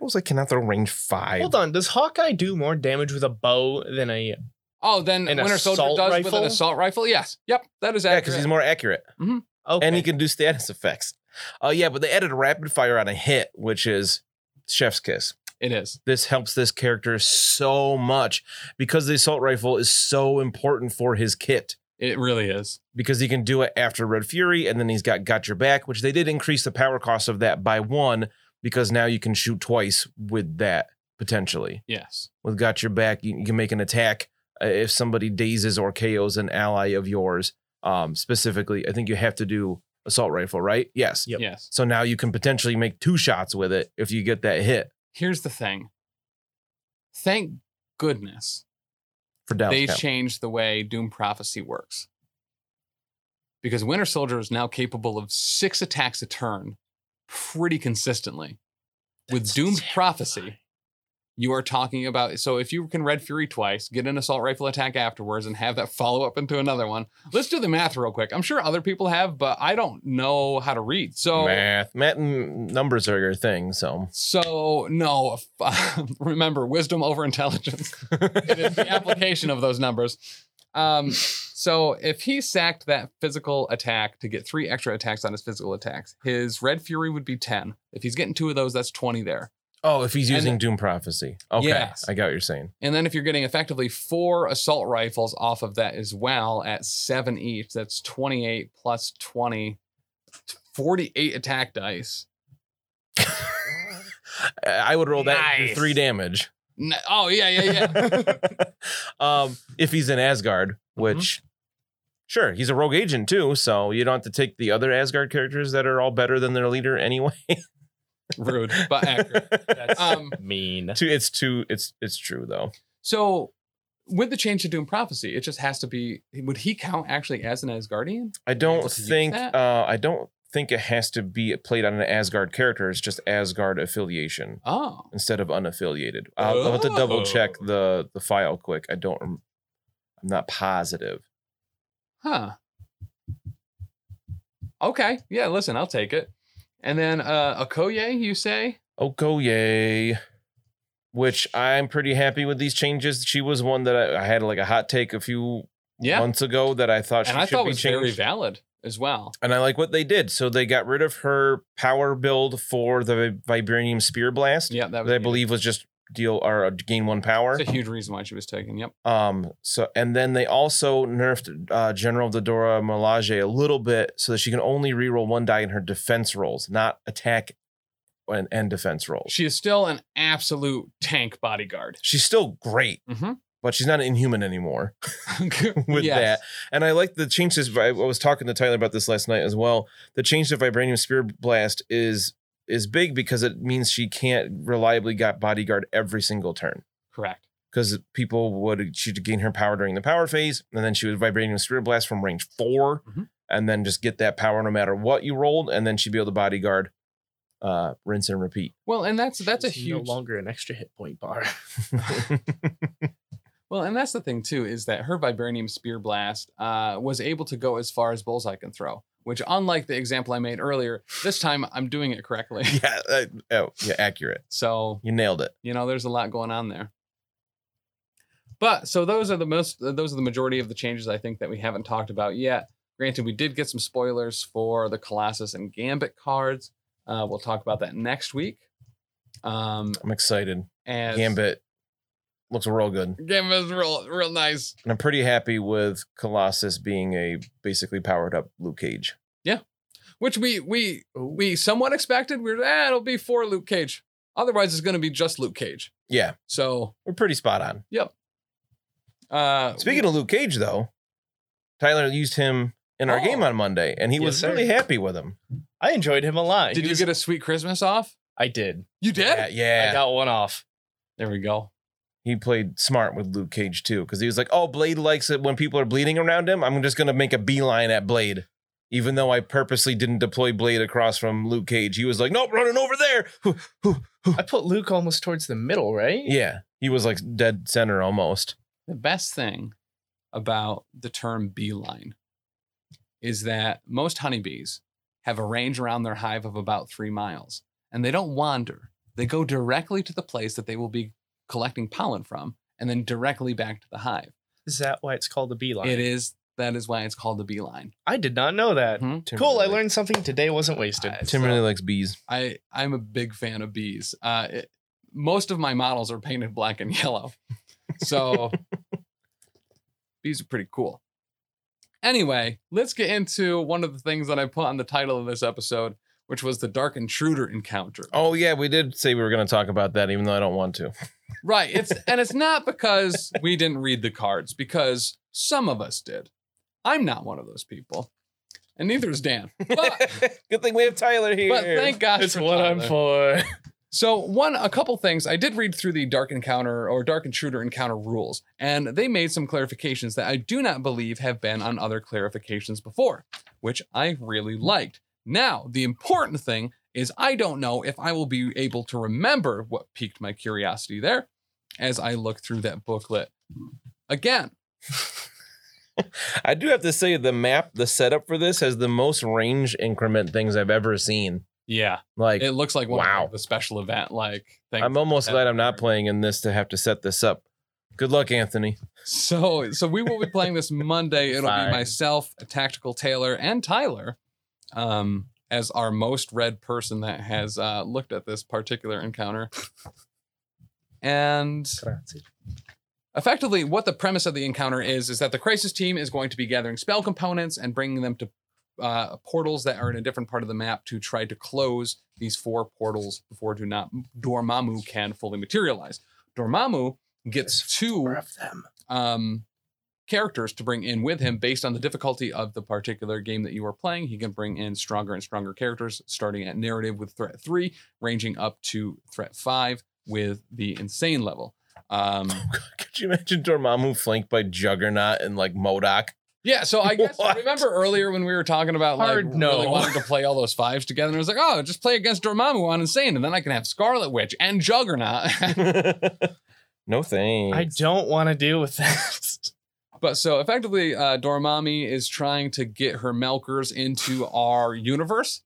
Bullseye cannot throw range five. Hold on. Does Hawkeye do more damage with a bow than a. Oh, then An Winter Soldier assault does with an rifle? assault rifle? Yes. Yep. That is Yeah, accurate. because he's more accurate Okay. and he can do status effects. Oh yeah, but they added rapid fire on a hit, which is Chef's kiss. it is. This helps this character so much because the assault rifle is so important for his kit. It really is. because he can do it after Red Fury, and then he's got Got Your Back, which they did increase the power cost of that by one because now you can shoot twice with that potentially. Yes. With Got Your Back, you you can make an attack uh, if somebody dazes or KOs an ally of yours. Um, specifically, I think you have to do assault rifle, right? Yes. Yep. Yes. So now you can potentially make two shots with it if you get that hit Here's the thing. Thank goodness for down. they count. changed the way Doom Prophecy works. Because Winter Soldier is now capable of six attacks a turn pretty consistently. With That's Doom terrifying. Prophecy, you are talking about. So if you can Red Fury twice, get an assault rifle attack afterwards, and have that follow up into another one. Let's do the math real quick. I'm sure other people have, but I don't know how to read. So. math, math, and numbers are your thing. So So no, f- remember wisdom over intelligence. it is the application of those numbers. Um, so if he sacked that physical attack to get three extra attacks on his physical attacks, his red fury would be ten. If he's getting two of those, that's twenty there. oh, if he's And- using Doom Prophecy, okay, Yes. I got what you're saying. And then if you're getting effectively four assault rifles off of that as well at seven each, that's 28 plus 20, 48 attack dice. I would roll that into Nice. three damage. N- Oh, yeah, yeah, yeah. um, if he's in Asgard, which sure he's a rogue agent too, so you don't have to take the other Asgard characters that are all better than their leader anyway. Rude, but accurate. That's Um, mean. Too- it's too. It's it's true though. So with the change to Doom Prophecy, it just has to be. Would he count actually as an Asgardian? I able don't to use think. that? Uh, I don't think it has to be played on an Asgard character. It's just Asgard affiliation Oh, instead of unaffiliated. I'll, I'll have to double check the the file quick. I don't. rem- I'm not positive. huh. Okay, yeah. Listen, I'll take it. And then uh Okoye, you say? Okoye, which I'm pretty happy with these changes. She was one that I, I had like a hot take a few Yeah, months ago that I thought she and I should thought be was changed. very valid as well. and I like what they did. So they got rid of her power build for the vibranium spear blast Yeah, that was that I believe was just deal or uh, gain one power. That's a huge reason why she was taken. Yep. Um, so and then they also nerfed uh, General Dodora Melage a little bit so that she can only reroll one die in her defense rolls, not attack and, and defense rolls. She is still an absolute tank bodyguard. She's still great, Mm-hmm. but she's not an inhuman anymore. with that. And I like the change this. I I was talking to Tyler about this last night as well. The change to vibranium spear blast is is big because it means she can't reliably got bodyguard every single turn. Correct. Because people would she'd gain her power during the power phase, and then she would vibranium spear blast from range 4 Mhm. and then just get that power no matter what you rolled, and then she'd be able to bodyguard, uh, rinse and repeat. Well, and that's that's a It's no huge. longer an extra hit point bar. well, and that's the thing too is that her vibranium spear blast uh, was able to go as far as bullseye can throw, which unlike the example I made earlier, this time I'm doing it correctly. yeah, uh, oh, yeah, accurate. So You nailed it. you know there's a lot going on there but so those are the most uh, those are the majority of the changes i think that we haven't talked about yet granted we did get some spoilers for the colossus and gambit cards uh, we'll talk about that next week um I'm excited. and Gambit looks real good. gambit's real real nice And I'm pretty happy with Colossus being a basically powered up Luke Cage. which we we we somewhat expected we are ah, it'll be for luke cage otherwise it's going to be just luke cage Yeah, so we're pretty spot on. Oh, uh Speaking of Luke Cage, though, Tyler used him in our Oh. game on Monday, and he Yes, was sir. really happy with him. I enjoyed him a lot. did He you was- get a sweet christmas off I did. you did Yeah, yeah. I got one off. there we go he played smart with Luke Cage too, because he was like, "Oh, Blade likes it when people are bleeding around him. I'm just gonna make a beeline at Blade." Even though I purposely didn't deploy Blade across from Luke Cage, he was like, "Nope, running over there." I put Luke almost towards the middle, right? yeah, he was like dead center almost. The best thing about the term beeline is that most honeybees have a range around their hive of about three miles, and they don't wander. They go directly to the place that they will be collecting pollen from, and then directly back to the hive. Is that why it's called the beeline? It is that is why it's called the beeline. I did not know that. Mhm. Cool. I Timberlake- learned something today. Wasn't wasted. Uh, Tim so really likes bees. I I'm a big fan of bees. Uh, it, most of my models are painted black and yellow, so bees are pretty cool. Anyway, let's get into one of the things that I put on the title of this episode, which was the Dark Intruder encounter. Oh yeah, we did say we were going to talk about that, even though I don't want to. Right. It's and it's not because we didn't read the cards, because some of us did. I'm not one of those people, and neither is Dan. But, Good thing we have Tyler here. but thank gosh It's for what I'm Tyler. for. So one, a couple things. I did read through the dark encounter or dark intruder encounter rules, and they made some clarifications that I do not believe have been on other clarifications before, which I really liked. Now, the important thing is I don't know if I will be able to remember what piqued my curiosity there as I look through that booklet. Again, I do have to say the map, the setup for this has the most range increment things I've ever seen. yeah, Like it looks like one Wow. of the special event like things. I'm almost that glad I'm not hard. playing in this to have to set this up. Good luck, Anthony. So, so we will be playing this Monday. It'll Fine. be myself, Tactical Taylor, and Tyler, um, as our most read person that has uh, looked at this particular encounter. And effectively, what the premise of the encounter is is that the crisis team is going to be gathering spell components and bringing them to uh, portals that are in a different part of the map to try to close these four portals before do not Dormammu can fully materialize. Dormammu gets two of them. um, characters to bring in with him based on the difficulty of the particular game that you are playing. He can bring in stronger and stronger characters, starting at narrative with threat three, ranging up to threat five with the insane level. Um, Could you imagine Dormammu flanked by Juggernaut and like Modoc? yeah, so I guess What? remember earlier when we were talking about like Hard no. really wanting to play all those fives together, and I was like, oh, just play against Dormammu on insane, and then I can have Scarlet Witch and Juggernaut. no thanks. I don't want to deal with that. But so effectively, uh, Dormammu is trying to get her Melkers into our universe,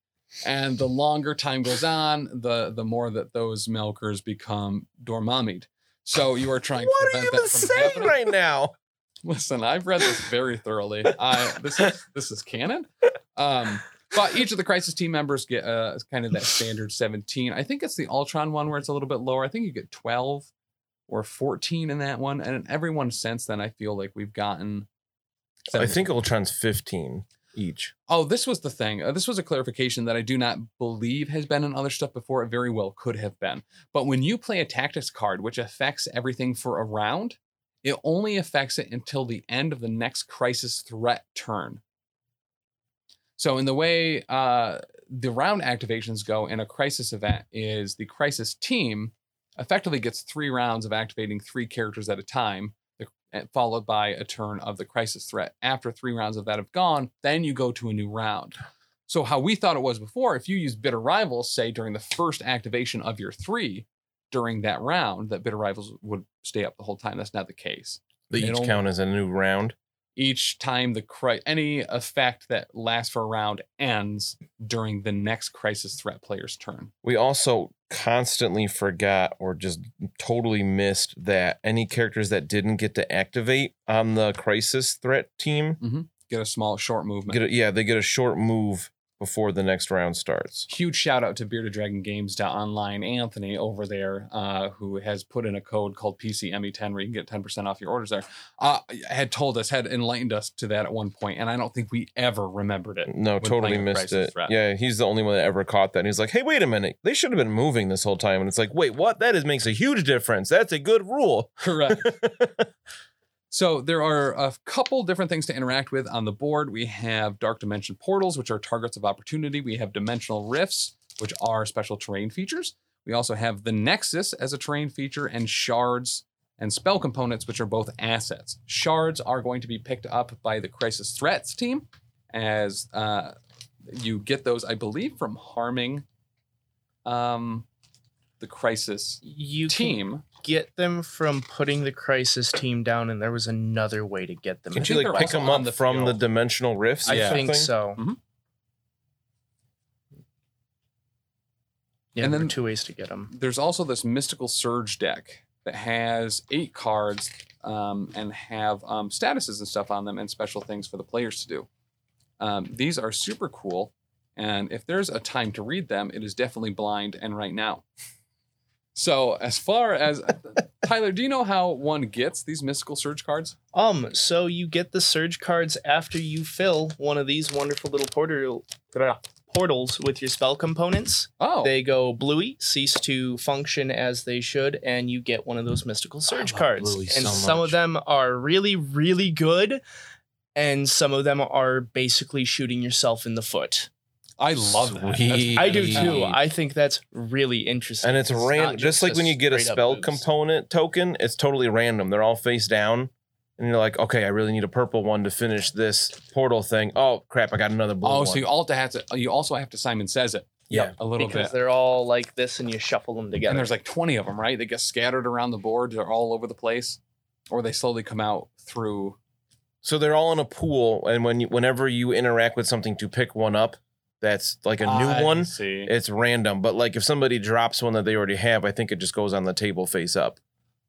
and the longer time goes on, the the more that those Melkers become Dormammu'd. So you are trying to what are you prevent even that from saying happening. right now? Listen, I've read this very thoroughly. I this is this is canon. Um, But each of the Crisis team members get uh, kind of that standard 17. I think it's the Ultron one where it's a little bit lower. I think you get 12 or 14 in that one. And everyone since then, I feel like we've gotten. I 17. think Ultron's 15 each. Oh, this was the thing. Uh, this was a clarification that I do not believe has been in other stuff before. It very well could have been. But when you play a tactics card, which affects everything for a round, it only affects it until the end of the next crisis threat turn. So, in the way uh, the round activations go in a crisis event, is the crisis team effectively gets three rounds of activating three characters at a time and followed by a turn of the crisis threat. After three rounds of that have gone, then you go to a new round. So, how we thought it was before, if you use Bitter Rivals, say during the first activation of your three during that round, that Bitter Rivals would stay up the whole time. That's not the case. They They each don't- count as a new round. Each time the cri- any effect that lasts for a round ends during the next crisis threat player's turn. We also constantly forgot or just totally missed that any characters that didn't get to activate on the crisis threat team Get a small, short movement. get a, yeah, they get a short move before the next round starts. huge shout out to bearded dragon games online anthony over there uh, who has put in a code called pcme10 E where you can get 10% off your orders there uh, had told us had enlightened us to that at one point and i don't think we ever remembered it No, when totally playing the missed crisis it. threat. Yeah, he's the only one that ever caught that. And he's like, "Hey, wait a minute! They should have been moving this whole time." And it's like, "Wait, what? That is makes a huge difference. That's a good rule." correct so there are a couple different things to interact with on the board we have dark dimension portals which are targets of opportunity we have dimensional rifts which are special terrain features we also have the nexus as a terrain feature and shards and spell components, which are both assets. Shards are going to be picked up by the Crisis Threats team, as uh, you get those, I believe, from harming um, the Crisis You can team. get them from putting the crisis team down, and there was another way to get them. Can Can't think you they're like pick also them on up the from the field. dimensional rifts? or I something? think so. Mhm. And Yeah, and then then- two ways to get them. There's also this Mystical Surge deck that has eight cards um, and have um, statuses and stuff on them and special things for the players to do. Um, these are super cool. And if there's a time to read them, it is definitely blind and right now. So, as far as Tyler, do you know how one gets these mystical surge cards? Um, so you get the surge cards after you fill one of these wonderful little portal portals with your spell components. Oh, They go bluey, cease to function as they should, and you get one of those mystical surge love cards. Bluey and so some much. of them are really, really good, and some of them are basically shooting yourself in the foot. I love that. Sweet. That's- I do too. Indeed. I think that's really interesting. And it's, not random, just, like when you get a straight up spell moves. component token, it's totally random. They're all face down, and you're like, "Okay, I really need a purple one to finish this portal thing." Oh crap, I got another blue Oh, one. so you also have to. You also have to Simon says it. Yeah. a little because bit. they're all like this, and you shuffle them together. And there's like 20 of them, right? They get scattered around the board. They're all over the place, or they slowly come out through. So they're all in a pool, and when you, whenever you interact with something to pick one up, that's like a new I one. See. It's random, but like if somebody drops one that they already have, I think it just goes on the table face up.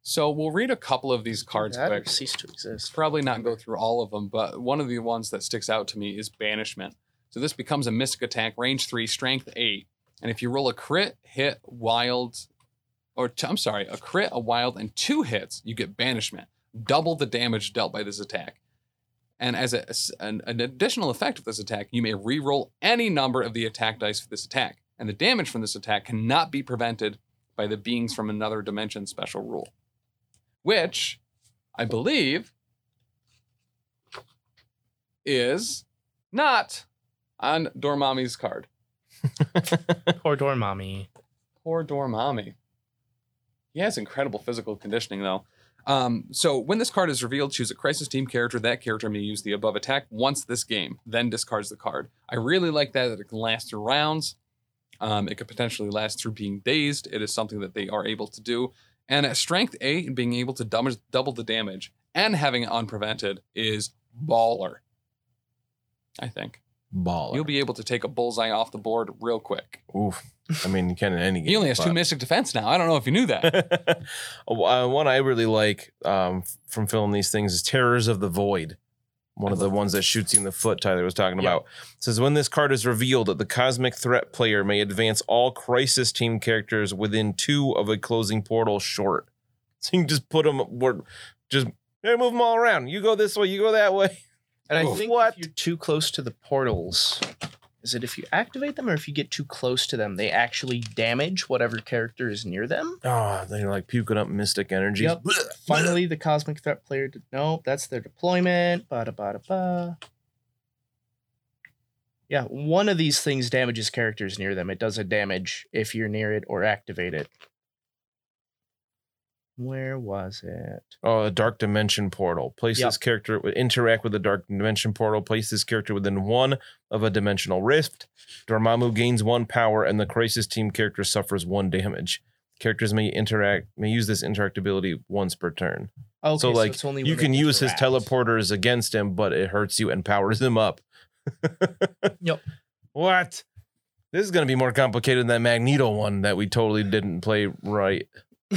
So we'll read a couple of these cards that quick. cease to exist. Probably not go through all of them, but one of the ones that sticks out to me is Banishment. So this becomes a Mystic Attack, range three, strength eight. And if you roll a crit, hit, wild, or i I'm sorry, a crit, a wild, and two hits, you get Banishment. Double the damage dealt by this attack. And as a, as an, an additional effect of this attack, you may re-roll any number of the attack dice for this attack. And the damage from this attack cannot be prevented by the beings from another dimension special rule. Which I believe is not on Dormammu's card. Poor Dormammu. Poor Dormammu. He has incredible physical conditioning, though. Um, so when this card is revealed, choose a Crisis Team character. That character may use the above attack once this game, then discards the card. I really like that, that it can last through rounds. Um, it could potentially last through being dazed. It is something that they are able to do. And at strength eight, and being able to dum- double the damage and having it unprevented is baller. I think. Ball. You'll be able to take a bullseye off the board real quick. Oof. I mean, you can in any game. He only has two but- mystic defense now. I don't know if you knew that. Uh, One I really like um, from filming these things is Terrors of the Void. one of the ones that shoots you in the foot Tyler was talking about. It says when this card is revealed, the cosmic threat player may advance all crisis team characters within two of a closing portal short. So you can just put them just hey, move them all around. You go this way, you go that way. And I Oof. think What? if you're too close to the portals, is it if you activate them or if you get too close to them, they actually damage whatever character is near them? Oh, they're like puking up mystic energy. Yep. Finally, the cosmic threat player. Did, no, that's their deployment. Bada bada ba. Yeah, one of these things damages characters near them. It does a damage if you're near it or activate it. Where was it? Oh, a dark dimension portal. Place Yep. this character interact with the dark dimension portal. Place this character within one of a dimensional rift. Dormammu gains one power, and the crisis team character suffers one damage. Characters may interact may use this interactability once per turn. Okay, so like it's only you when they can use his interact. teleporters against him, but it hurts you and powers him up. Yep. What? This is gonna be more complicated than that Magneto one that we totally didn't play right.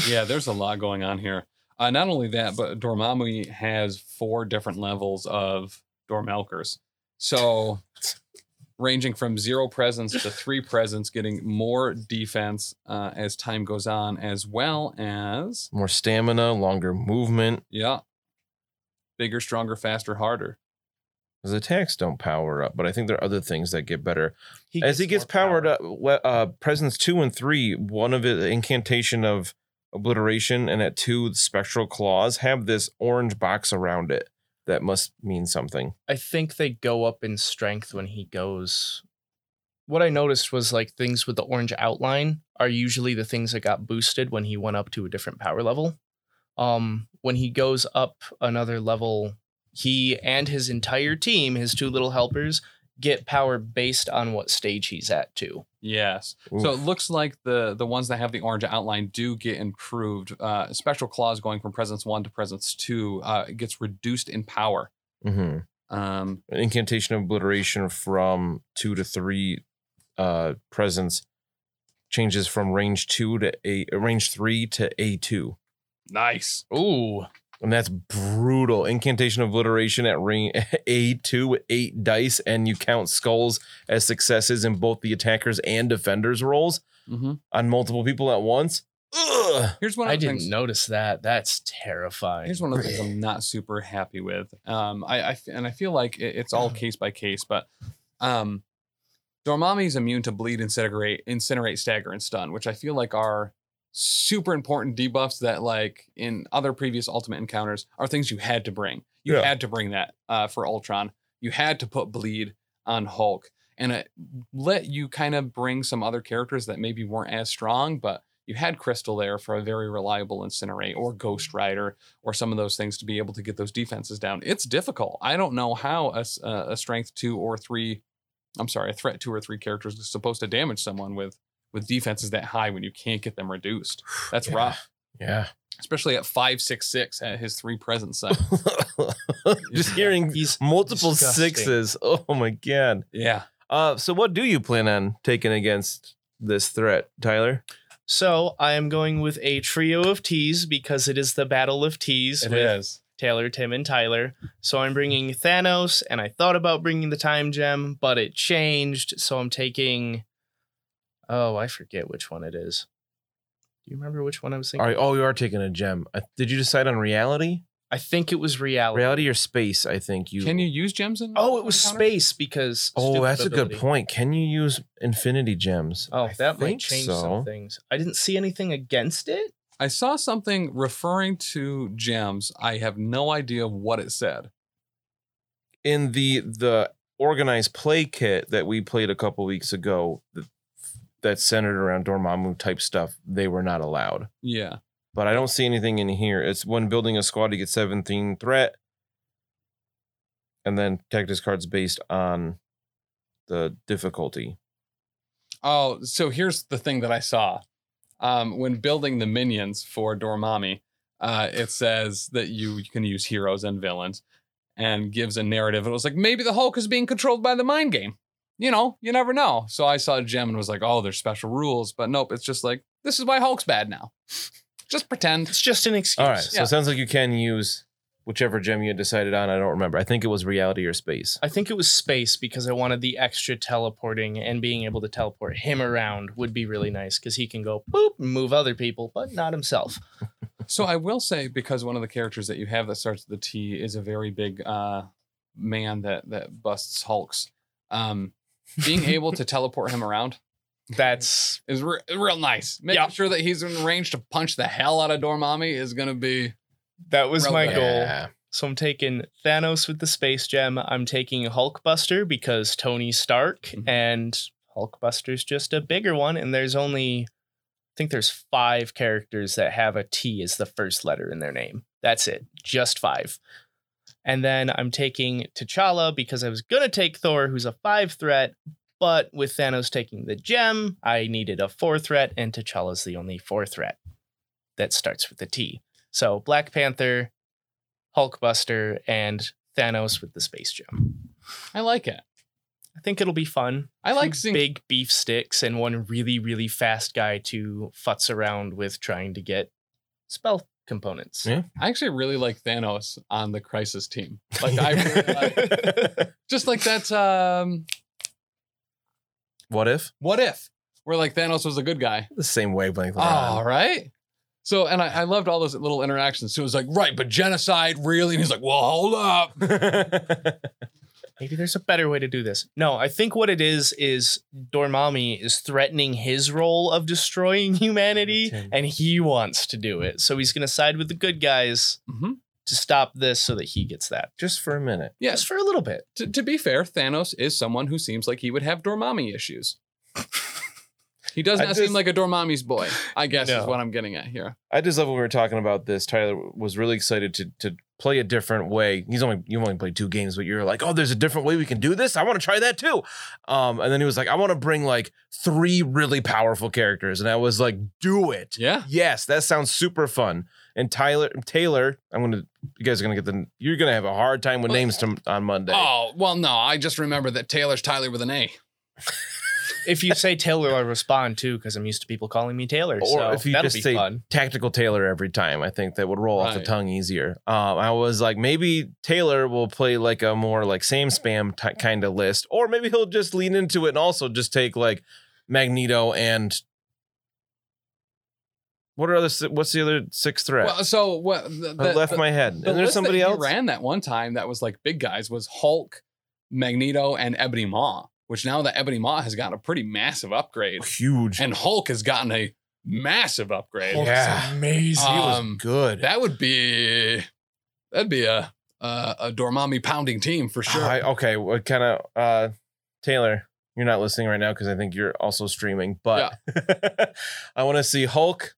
yeah, there's a lot going on here. Uh, not only that, but Dormammu has four different levels of Dormelkers. So, ranging from zero presence to three presence, getting more defense uh, as time goes on, as well as, More stamina, longer movement. yeah, bigger, stronger, faster, harder. His attacks don't power up, but I think there are other things that get better. As he gets more powered power. up, we- uh, presence two and three, one of it, the incantation of obliteration, and at two, the spectral claws have this orange box around it that must mean something. I think they go up in strength when he goes. What I noticed was like things with the orange outline are usually the things that got boosted when he went up to a different power level. Um, when he goes up another level, he and his entire team, his two little helpers, get power based on what stage he's at too. Yes. Oof. So it looks like the the ones that have the orange outline do get improved. Uh, Spectral claws going from presence one to presence two uh, it gets reduced in power. Mhm. Um, An incantation of obliteration from two to three, uh, presence changes from range two to a range three to a two. nice. Ooh, And that's brutal. Incantation of obliteration at ring A2 with eight dice, and you count skulls as successes in both the attackers and defenders rolls Mhm. on multiple people at once. Ugh. Here's one. Of I the didn't things, notice that. That's terrifying. Here's one of the things I'm not super happy with. Um, I, I f- and I feel like it, it's all case by case, but um, Dormammu is immune to bleed, incinerate, incinerate, stagger, and stun, which I feel like are super important debuffs that, like in other previous Ultimate encounters, are things you had to bring. You Yeah. had to bring that uh, for Ultron. You had to put bleed on Hulk, and it let you kind of bring some other characters that maybe weren't as strong, but you had Crystal there for a very reliable incinerate or Ghost Rider or some of those things to be able to get those defenses down. It's difficult. I don't know how a, s- uh, a- a strength two or three I'm sorry, a threat two or three characters is supposed to damage someone with with defenses that high when you can't get them reduced. That's Yeah. rough, Yeah. especially at five six six at his three presence set. Just hearing He's multiple disgusting. sixes. Oh my god. yeah, Uh, so what do you plan on taking against this threat, Tyler? So I am going with a trio of T's because it is the Battle of T's it with is. Taylor, Tim, and Tyler. So I'm bringing Thanos, and I thought about bringing the time gem, but it changed. So I'm taking. Oh, I forget which one it is. Do you remember which one I was All thinking? right. Oh, you are taking a gem. Uh, did you decide on reality? I think it was reality. Reality or space? I think you. Can you use gems in? Oh, it was encounter? space because. Oh, stupid that's a good ability. point. Can you use infinity gems? Oh, I that might think change so. some things. I didn't see anything against it. I saw something referring to gems. I have no idea what it said. in the the organized play kit that we played a couple weeks ago th- that centered around Dormammu type stuff, they were not allowed. Yeah, But I don't see anything in here. It's when building a squad to get 17 threat. And then tactics cards based on the difficulty. Oh, so here's the thing that I saw. Um, when building the minions for Dormammu, uh, it says that you can use heroes and villains and gives a narrative. It was like, maybe the Hulk is being controlled by the mind game. You know, you never know. So I saw Jim and was like, oh, there's special rules. But nope, it's just like, this is why Hulk's bad now. Just pretend. It's just an excuse. All right. So Yeah. it sounds like you can use whichever gem you had decided on. I don't remember. I think it was reality or space. I think it was space because I wanted the extra teleporting and being able to teleport him around would be really nice because he can go boop and move other people, but not himself. So I will say because one of the characters that you have that starts with the T is a very big uh, man that that busts Hulks. Um, being able to teleport him around That's is re- real nice. Making Yeah. sure that he's in range to punch the hell out of Dormammu is gonna be. that was my Relevant. goal. So I'm taking Thanos with the space gem. I'm taking Hulkbuster because Tony Stark Mhm. and Hulkbuster's just a bigger one. And there's only, I think there's five characters that have a T as the first letter in their name. That's it, just five. And then I'm taking T'Challa because I was gonna take Thor, who's a five threat, but with Thanos taking the gem, I needed a four threat, and T'Challa's the only four threat that starts with a T. So Black Panther, Hulkbuster, and Thanos with the space gem. I like it. I think it'll be fun. I like Two seeing big beef sticks and one really, really fast guy to futz around with trying to get spell components. Yeah. I actually really like Thanos on the Crisis team. Like I really like, just like that. Um, what if what if where like Thanos was a good guy? the same wavelength? we're All on. right. So and I, I loved all those little interactions. So it was like right, but genocide really, and he's like, well, hold up. Maybe there's a better way to do this. No, I think what it is is Dormammu is threatening his role of destroying humanity, Ten. and he wants to do it. So he's going to side with the good guys hmm to stop this so that he gets that. Just for a minute. Yes. Just for a little bit. to, to be fair, Thanos is someone who seems like he would have Dormammu issues. he does I not just- seem like a Dormammu's boy. I guess No. is what I'm getting at here. I just love when we were talking about this. Tyler was really excited to to play a different way. He's only you only played two games, but you're like, oh, there's a different way we can do this. I want to try that too. Um, and then he was like, I want to bring like three really powerful characters, and I was like, do it. Yeah. Yes, that sounds super fun. And Tyler, Taylor, I'm gonna. You guys are gonna get the. You're gonna have a hard time with names to, on Monday. Oh well, no. I just remember that Taylor's Tyler with an A. if you say Taylor, I respond too because I'm used to people calling me Taylor. Or so if you that'll just be say- fun. tactical Taylor every time. I think that would roll off the Right. tongue easier. Um, I was like, maybe Taylor will play like a more like same spam t- kind of list, or maybe he'll just lean into it and also just take like Magneto and what are other si- what's the other six threat? Well, so what? The, I the- left the- my head. And the there's list that somebody he else. ran that one time that was like big guys was Hulk, Magneto, and Ebony Maw. Which now that Ebony Maw has gotten a pretty massive upgrade, Huge. and Hulk has gotten a massive upgrade. Hulk's Yeah. amazing. he was um, good. That would be that'd be a a, a Dormammu pounding team for sure. I- okay, what kind of uh Taylor, you're not listening right now because I think you're also streaming, but I want to see Hulk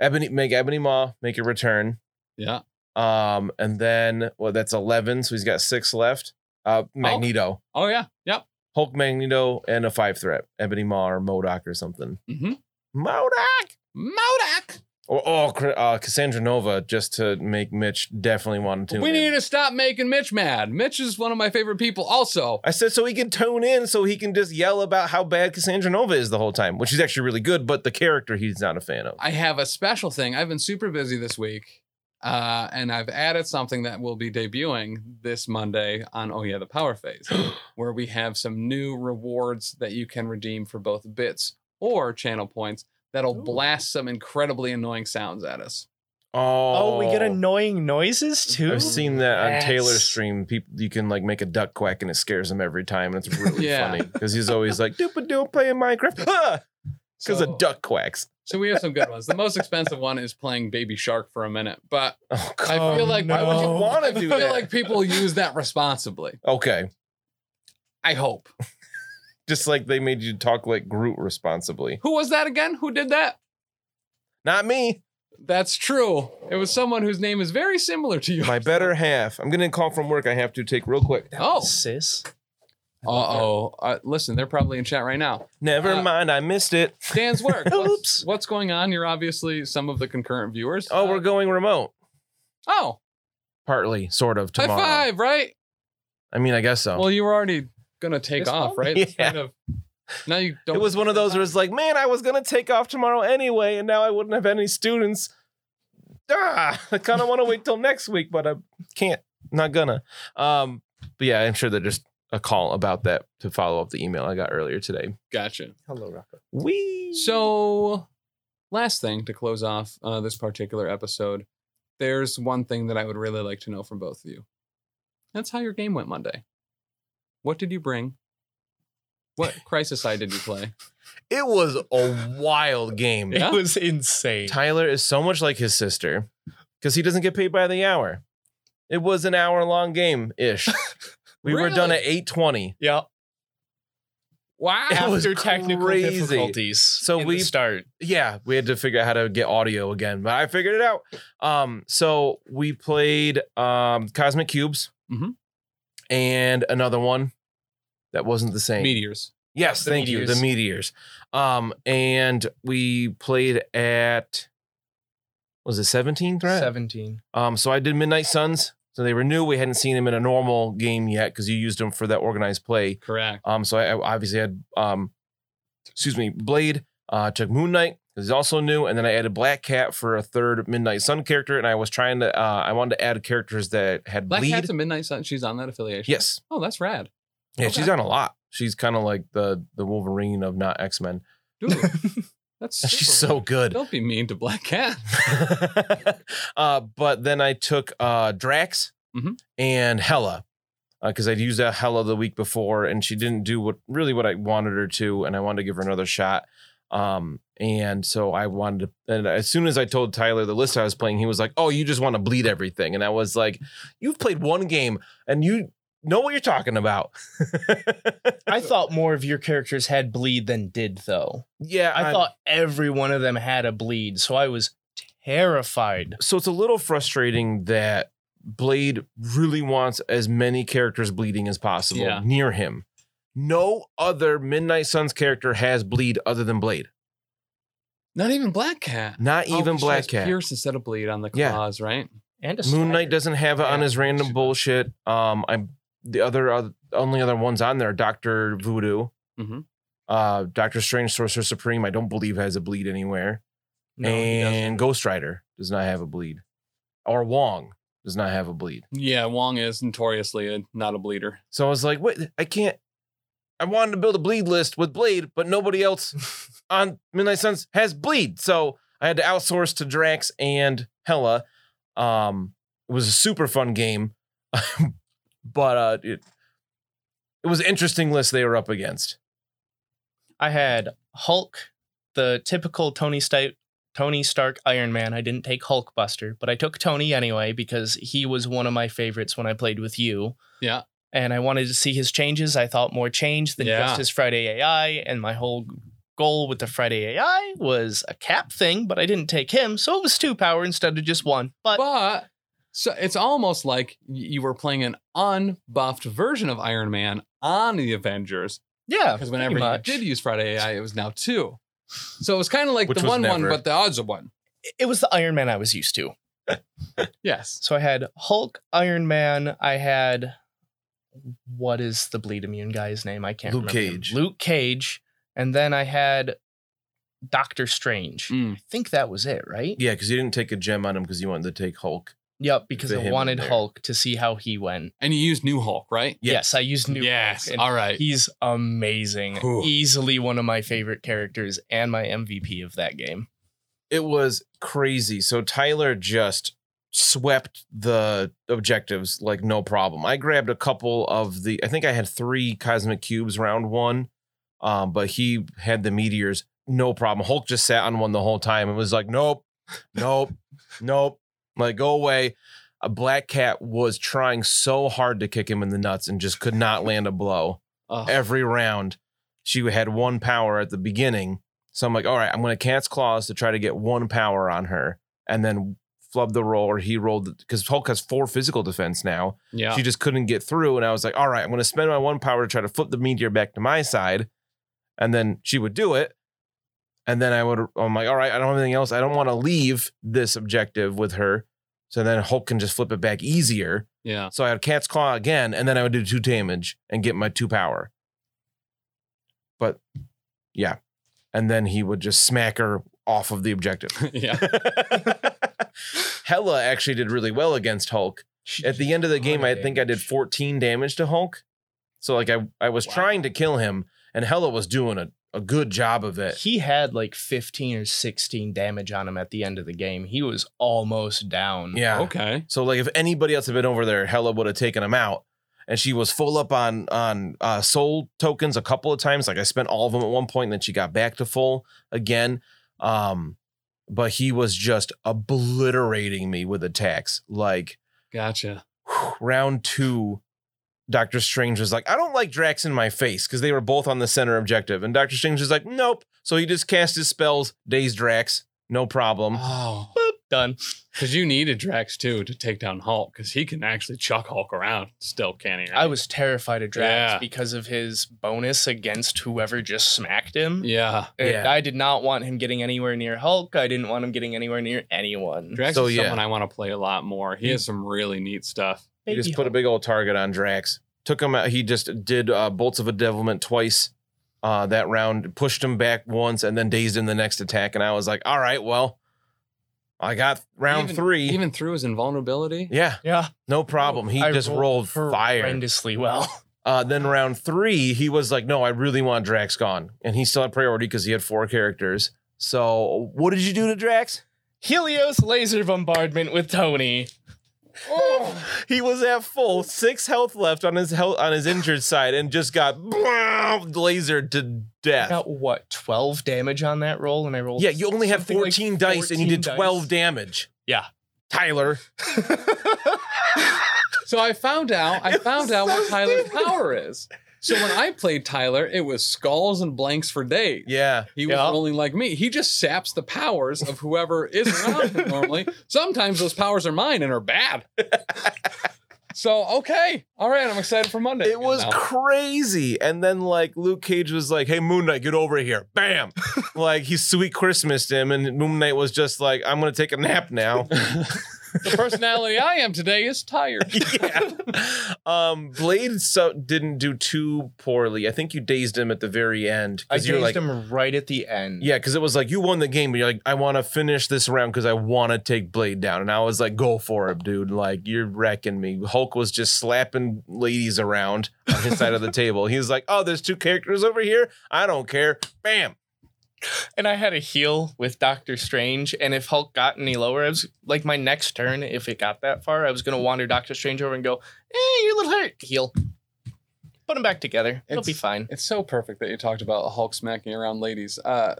Ebony make Ebony Maw make a return. yeah. Um, and then well, that's eleven, so he's got six left. Uh Magneto. Oh yeah. Yep. Hulk Magneto and a five threat. Ebony Maw or Modoc or something. Mm-hmm. Modoc! Modak. Or oh Cr- uh, Cassandra Nova just to make Mitch definitely want to tune We in. need to stop making Mitch mad. Mitch is one of my favorite people. Also, I said so he can tone in so he can just yell about how bad Cassandra Nova is the whole time, which is actually really good, but the character he's not a fan of. I have a special thing. I've been super busy this week, uh, and I've added something that will be debuting this Monday on Oh Yeah the Power Phase, where we have some new rewards that you can redeem for both bits or channel points that'll Ooh. blast some incredibly annoying sounds at us. Oh, we get annoying noises too. I've seen that on Yes. Taylor's stream. People, you can like make a duck quack and it scares him every time, and it's really Yeah. funny because he's always like, "Dupa doop playing Minecraft," because a So- duck quacks. So we have some good ones. The most expensive one is playing Baby Shark for a minute, but Oh I god! Oh, feel like no. I Why would you wanna I do feel that? like people use that responsibly. okay, I hope. just like they made you talk like Groot responsibly. Who was that again? Who did that? Not me, That's true. It was someone whose name is very similar to you. my better half. I'm getting a call from work. I have to take real quick. Oh, sis. uh oh. Uh, listen, they're probably in chat right now. Never Uh, mind, I missed it. Dan's work. Oops. What's, what's going on? You're obviously some of the concurrent viewers. Oh, we're Uh, going remote. oh, Partly, sort of tomorrow. high five, right? I mean, I guess so. Well, you were already gonna take This off, one? right? Yeah. It's Kind of. Now you don't. it was one of those where it's like, man, I was gonna take off tomorrow anyway, and now I wouldn't have any students. ah, I kind of want to wait till next week, but I can't. Not gonna. Um, but yeah, I'm sure that there's a call about that to follow up the email I got earlier today. Gotcha. Hello, Rocco. We So, last thing to close off uh, this particular episode, there's one thing that I would really like to know from both of you. That's how your game went Monday. What did you bring? What crisis side did you play? it was a wild game. Yeah. It was insane. Tyler is so much like his sister because he doesn't get paid by the hour. It was an hour long game ish. We were done at Really? 820. Yeah. Wow. It was After technical crazy. difficulties. So in we- the start. Yeah, we had to figure out how to get audio again, but I figured it out. Um, so we played um Cosmic Cubes Mm-hmm. Mhm. and another one that wasn't the same. Meteors. Yes, The thank you. The meteors. Um, and we played at was it 17th, right? 17. Um, so I did Midnight Suns. So they were new. We hadn't seen them in a normal game yet because you used them for that organized play. Correct. Um, so I, I obviously had um, excuse me, Blade. Uh, took Moon Knight because he's also new, and then I added Black Cat for a third Midnight Sun character. And I was trying to, uh, I wanted to add characters that had Black bleed. Cat's a Midnight Sun. She's on that affiliation. yes, Oh, that's rad. yeah, Okay. she's on a lot. She's kind of like the the Wolverine of not X Men. Dude, that's super She's so rad. good. Don't be mean to Black Cat. uh, but then I took uh, Drax Mhm. and Hella because I'd used a Hella the week before, and she didn't do what really what I wanted her to, and I wanted to give her another shot. Um, and so I wanted to, and as soon as I told Tyler the list I was playing, he was like, "Oh, you just want to bleed everything," and I was like, "You've played one game, and you." Know what you're talking about? I thought more of your characters had bleed than did, though. yeah, I I'm- thought every one of them had a bleed, so I was terrified. so it's a little frustrating that Blade really wants as many characters bleeding as possible Yeah. near him. No other Midnight Suns character has bleed other than Blade. Not even Black Cat. Not Oh, even she Black has Cat. Pierce instead of bleed on the Yeah. claws, right? And a Moon Knight spider. doesn't have it on Yeah, his she random does. bullshit. Um, I the other uh, only other ones on there, Doctor Voodoo, Mm-hmm. Mhm. uh, Doctor Strange, Sorcerer Supreme. I don't believe has a bleed anywhere, No, he doesn't. and Ghost Rider does not have a bleed, or Wong does not have a bleed. Yeah, Wong is notoriously a, not a bleeder. So I was like, wait, I can't. I wanted to build a bleed list with Blade, but nobody else on Midnight Suns has bleed. So I had to outsource to Drax and Hella. Um, it was a super fun game, but uh, it, it was an interesting list they were up against. I had Hulk, the typical Tony Stark, Tony Stark Iron Man. I didn't take Hulk Buster, but I took Tony anyway because he was one of my favorites when I played with you. Yeah. And I wanted to see his changes. I thought more change than Yeah. just his Friday AI. And my whole goal with the Friday AI was a cap thing, but I didn't take him. So it was two power instead of just one. But, But so it's almost like y- you were playing an unbuffed version of Iron Man on the Avengers yeah, because whenever pretty you much. did use Friday AI, it was now two. So it was kind of like Which the was one one, never. but the odds of one. it was the Iron Man I was used to. Yes. So I had Hulk, Iron Man. I had what is the bleed immune guy's name? I can't Luke remember. him. Cage. Luke Cage, and then I had Doctor Strange. Mm. I think that was it, right? Yeah, because you didn't take a gem on him because you wanted to take Hulk. Yep, because Fit him I in wanted there. Hulk to see how he went. And you used New Hulk, right? Yes, Yes. I used New. yes. Hulk, and All right. he's amazing. Whew. Easily one of my favorite characters and my MVP of that game. It was crazy. So Tyler just swept the objectives like no problem. I grabbed a couple of the I think I had 3 cosmic cubes round 1. Um but he had the meteors no problem. Hulk just sat on one the whole time and was like nope. Nope. nope. Like go away. A black cat was trying so hard to kick him in the nuts and just could not land a blow Ugh. every round. She had one power at the beginning. So I'm like, all right, I'm going to cat's claws to try to get one power on her and then flub the roll or he rolled because Hulk has four physical defense now. yeah. She just couldn't get through. And I was like, all right, I'm going to spend my one power to try to flip the meteor back to my side. And then she would do it. And then I would, I'm like, all right, I don't have anything else. I don't want to leave this objective with her. So then Hulk can just flip it back easier. yeah. So I had Cat's Claw again, and then I would do two damage and get my two power. But yeah. And then he would just smack her off of the objective. yeah. Hella actually did really well against Hulk. At the end of the game, I think I did 14 damage to Hulk. So like I, I was Wow. trying to kill him, and Hella was doing a, a good job of it. He had like 15 or 16 damage on him at the end of the game. He was almost down. Yeah. Okay. So like if anybody else had been over there, Hella would have taken him out. And she was full up on on uh, soul tokens a couple of times. Like I spent all of them at one point, and then she got back to full again. Um, but he was just obliterating me with attacks. Like Gotcha. whew, round two, Doctor Strange was like, I don't like Drax in my face because they were both on the center objective. And Doctor Strange was like, nope. So he just cast his spells, dazed Drax, no problem. Oh, Done. because you needed Drax too to take down Hulk because he can actually chuck Hulk around. Still can't he? I was terrified of Drax Yeah. because of his bonus against whoever just smacked him. Yeah. And Yeah. I did not want him getting anywhere near Hulk. I didn't want him getting anywhere near anyone. Drax So, is yeah. someone I want to play a lot more. He has some really neat stuff. He just Baby put a Hulk. big old target on Drax. Took him out. He just did uh, bolts of Devilment twice uh, that round. Pushed him back once, and then dazed him the next attack. And I was like, "All right, well, I got round Even- three. Even through his invulnerability. yeah, Yeah. no problem. He I just rolled, fire. Horrendously well. Uh, then round three, he was like, "No, I really want Drax gone," and he still had priority because he had four characters. So, what did you do to Drax? Helios laser bombardment with Tony. he was at full six health left on his health on his injured side, and just got lasered to death. Got what, 12 damage on that roll? And I rolled. Yeah, you only have something like 14 dice and you 14 did 12 dice. damage. Yeah. Tyler. So I found out. I It found was out so what Tyler's stupid. power is. So when I played Tyler, it was skulls and blanks for days. Yeah. He was Yeah. rolling like me. He just saps the powers of whoever is around him normally. Sometimes those powers are mine and are bad. so okay, all right. I'm excited for Monday. It was Now, crazy. And then like Luke Cage was like, "Hey Moon Knight, get over here." Bam. like he sweet Christmased him and Moon Knight was just like, "I'm going to take a nap now." the personality I am today is tired. yeah. Um Blade so didn't do too poorly. I think you dazed him at the very end I cuz you were like dazed him right at the end. Yeah, because it was like you won the game, but you're like, I want to finish this round because I want to take Blade down. And I was like, go for it, dude. Like, you're wrecking me. Hulk was just slapping ladies around on his side of the table. He was like, oh, there's two characters over here. I don't care. Bam. And I had a heal with Doctor Strange. And if Hulk got any lower, I was like my next turn, if it got that far, I was gonna wander Doctor Strange over and go, eh, you're a little hurt. Heal. Put him back together. It'll be It's- fine. It's so perfect that you talked about Hulk smacking around ladies. Uh,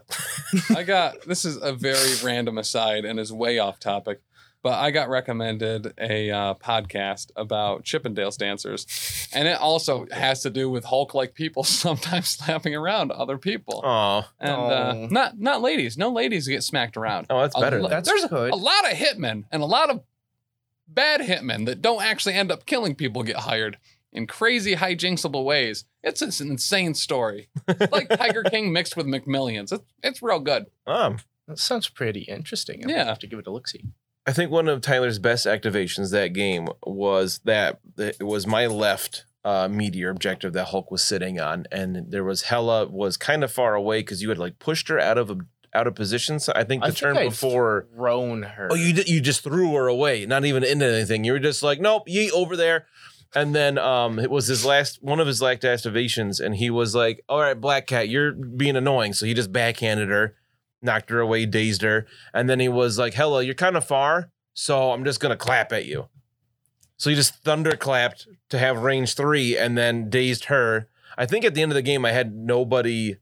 I got this is a very random aside and is way off topic, but I got recommended a uh, podcast about Chippendales dancers, and it also has to do with Hulk like people sometimes slapping around other people Oh, and uh, Oh. not not ladies. No ladies get smacked around. oh, that's A better. lo- than- That's there's good. A lot of hitmen and a lot of bad hitmen that don't actually end up killing people get hired in crazy hijinksable ways. It's an insane story. It's like Tiger King mixed with McMillions. It's, it's real good. um, That sounds pretty interesting. I'm Yeah. gonna have to give it a look see. I think one of Tyler's best activations that game was that it was my left uh, meteor objective that Hulk was sitting on, and there was Hella was kind of far away because you had like pushed her out of out of position. So I think the I turn think I before. Thrown her. Oh, you di- you just threw her away, not even into anything. You were just like, nope, ye over there. And then um, it was his last one of his last activations, and he was like, "All right, Black Cat, you're being annoying." So he just backhanded her, knocked her away, dazed her, and then he was like, "Hella, you're kind of far, so I'm just gonna clap at you." So he just thunderclapped to have range three, and then dazed her. I think at the end of the game, I had nobody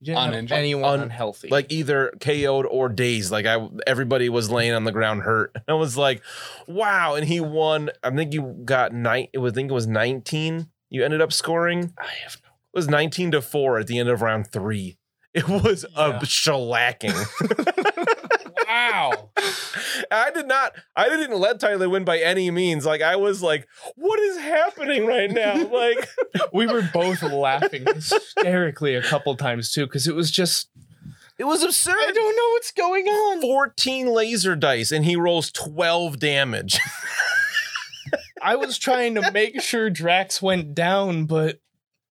You didn't have uninjured. anyone Un- unhealthy. like either KO'd or dazed. Like I, everybody was laying on the ground hurt. I was like, wow. And he won. I think you got nine. It was I think it was nineteen. You ended up scoring. I have no It was nineteen to four at the end of round three. It was Yeah. a shellacking. Wow. I did not. I didn't let Tyler win by any means. Like I was like, what is happening right now? Like we were both laughing hysterically a couple times too because it was just it was absurd. don't know what's going on 14 laser dice and he rolls 12 damage. i was trying to make sure drax went down but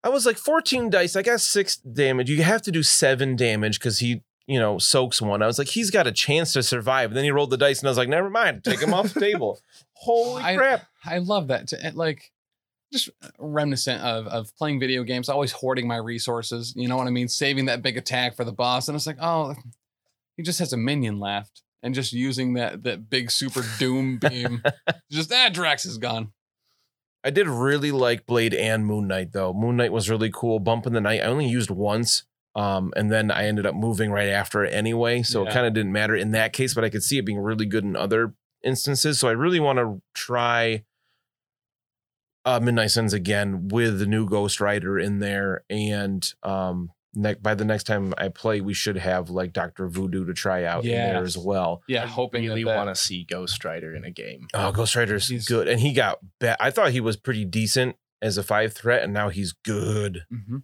I was like 14 dice. I got six damage. You have to do seven damage because he you know, soaks one. I was like, he's got a chance to survive. And then he rolled the dice and I was like, never mind, take him off the table. Holy I- crap. I love that. To, and, like, just reminiscent of of playing video games, always hoarding my resources. You know what I mean? Saving that big attack for the boss, and it's like, oh, he just has a minion left, and just using that that big super doom beam. just that Drax is gone. I did really like Blade and Moon Knight though. Moon Knight was really cool. Bump in the Night, I only used once. Um, and then I ended up moving right after it anyway. So it Yeah. kind of didn't matter in that case, but I could see it being really good in other instances. So I really want to try uh Midnight Suns again with the new Ghost Rider in there. And um ne- by the next time I play, we should have like Dr. Voodoo to try out in there Yes. as well. Yeah, hoping really that, that want to see Ghost Rider in a game. Oh, Ghost Rider's He's- good. And he got bad. I thought he was pretty decent as a five threat, and now he's good. Mhm.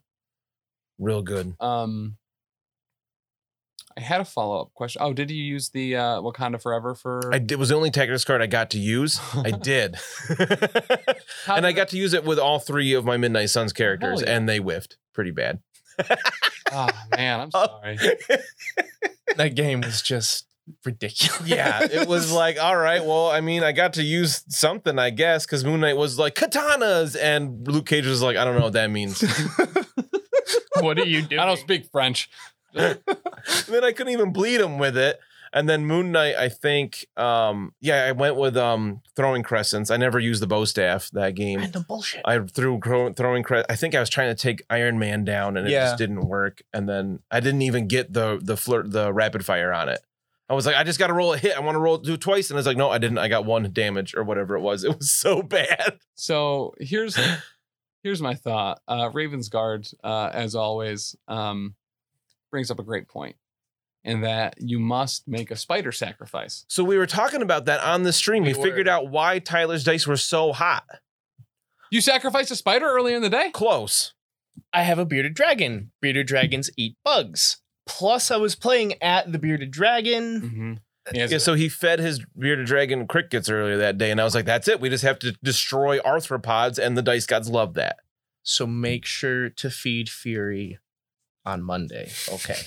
Real good. Um, I had a follow up question. Oh, did you use the uh, Wakanda Forever for? I did, was the only Tactics card I got to use. I did. How and I did got to use it with all three of my Midnight Suns characters, Hell yeah. and they whiffed pretty bad. Ah, man, I'm Oh. sorry. that game was just ridiculous. yeah, it was like, all right, well, I mean, I got to use something, I guess, because Moon Knight was like, katanas, and Luke Cage was like, I don't know what that means. what are you doing? I don't speak French. And then I couldn't even bleed him with it. And then Moon Knight, I think, um, yeah, I went with um, throwing crescents. I never used the bow staff that game. Random bullshit. I threw cro- throwing cre- I think I was trying to take Iron Man down, and it Yeah. just didn't work. And then I didn't even get the the flirt the rapid fire on it. I was like, I just got to roll a hit. I want to roll do it twice, and I was like, no, I didn't. I got one damage or whatever it was. It was so bad. So here's here's my thought. Uh, Ravens guard, uh, as always, um, brings up a great point, in that you must make a spider sacrifice. So we were talking about that on the stream. We, We were. figured out why Tyler's dice were so hot. You sacrificed a spider earlier in the day. Close. I have a bearded dragon. Bearded dragons eat bugs. Plus, I was playing at the bearded dragon. Mm-hmm. Yes. Yeah, so he fed his bearded dragon crickets earlier that day, and I was like, "That's it. We just have to destroy arthropods." And the dice gods love that. So make sure to feed Fury on Monday. Okay.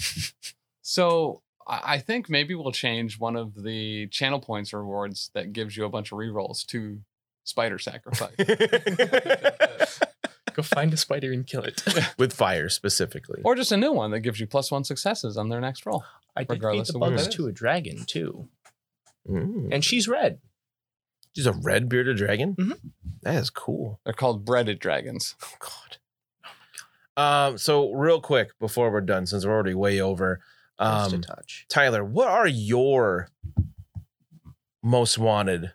So I I think maybe we'll change one of the channel points rewards that gives you a bunch of rerolls to spider sacrifice. Go find a spider and kill it. With fire specifically. or just a new one that gives you plus one successes on their next roll. I did feed Regardless the of where bugs it is. to a dragon too, Mm. and she's red. She's a red bearded dragon. Mm-hmm. Mhm. That is cool. They're called breaded dragons. Oh God. Um. So real quick before we're done, since we're already way over, Close to um, touch. Tyler, what are your most wanted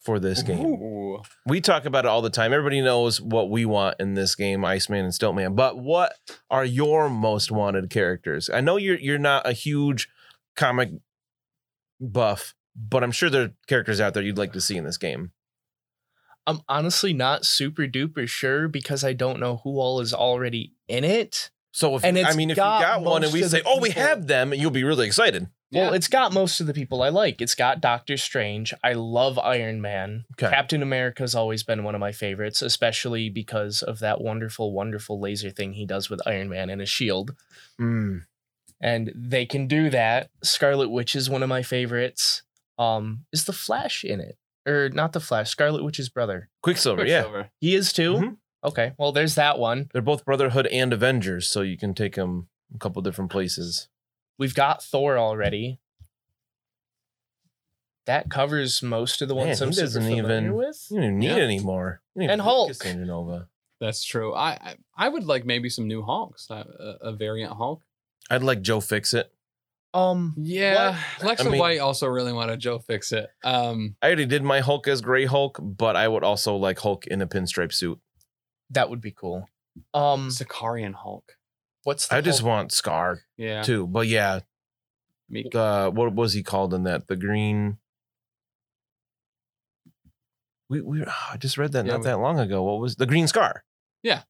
for this game? Ooh. we talk about it all the time. Everybody knows what we want in this game, Iceman and Stiltman. But what are your most wanted characters? I know you're you're not a huge comic buff, but I'm sure there are characters out there you'd like to see in this game. I'm honestly not super duper sure because I don't know who all is already in it. So if And I it's mean, if got you got one and most we of the say, "Oh, we people- have them," you'll be really excited. Well, it's got most of the people I like. It's got Doctor Strange. I love Iron Man. Okay. Captain America's always been one of my favorites, especially because of that wonderful, wonderful laser thing he does with Iron Man and his shield. Hmm. And they can do that. Scarlet Witch is one of my favorites. Um, is the Flash in it? Or not the Flash, Scarlet Witch's brother. Quicksilver, yeah, Quicksilver. He is too? Mhm. Okay. Well, there's that one. they're both Brotherhood and Avengers, so you can take them a couple different places. We've got Thor already. That covers most of the ones Man, I'm he super doesn't familiar even- with. You don't even need Yeah. any more. You don't And even need Hulk. Cassandra Nova. That's true. I, I I would like maybe some new Hulks, a, a- a variant Hulk. I'd like Joe Fix It. Um, Yeah, Lex I and mean- White also really wanted Joe fix it. Um, I already did my Hulk as Gray Hulk, but I would also like Hulk in a pinstripe suit. that would be cool. Hmm. Um, Sicarian Hulk. what's the I just Hulk- want Scar Yeah, too. But yeah, Meek. uh, what was he called in that? The green. We we ah, I just read that Yeah, not we- that long ago. What was the green Scar? Yeah.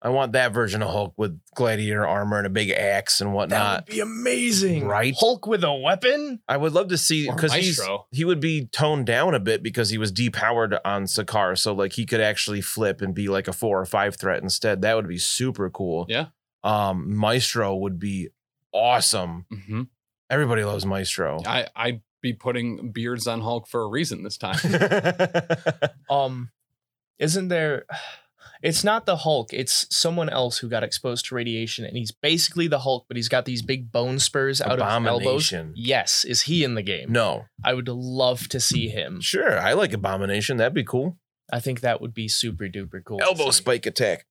I want that version of Hulk with gladiator armor and a big axe and That whatnot. would be amazing, Right? Hulk with a weapon. I would love to see Or because he's Maestro. he would be toned down a bit because he was depowered on Sakar, so like he could actually flip and be like a four or five threat instead. That would be super cool. Yeah. Um, Maestro would be awesome. hmm Everybody loves Maestro. I I'd be putting beards on Hulk for a reason this time. Um, isn't there? It's not the Hulk. It's someone else who got exposed to radiation, and he's basically the Hulk, but he's got these big bone spurs out of his elbows. Abomination. Yes, is he in the game? no, I would love to see him. sure. I like Abomination. That'd be cool. I think that would be super duper cool. to Elbow see. spike attack.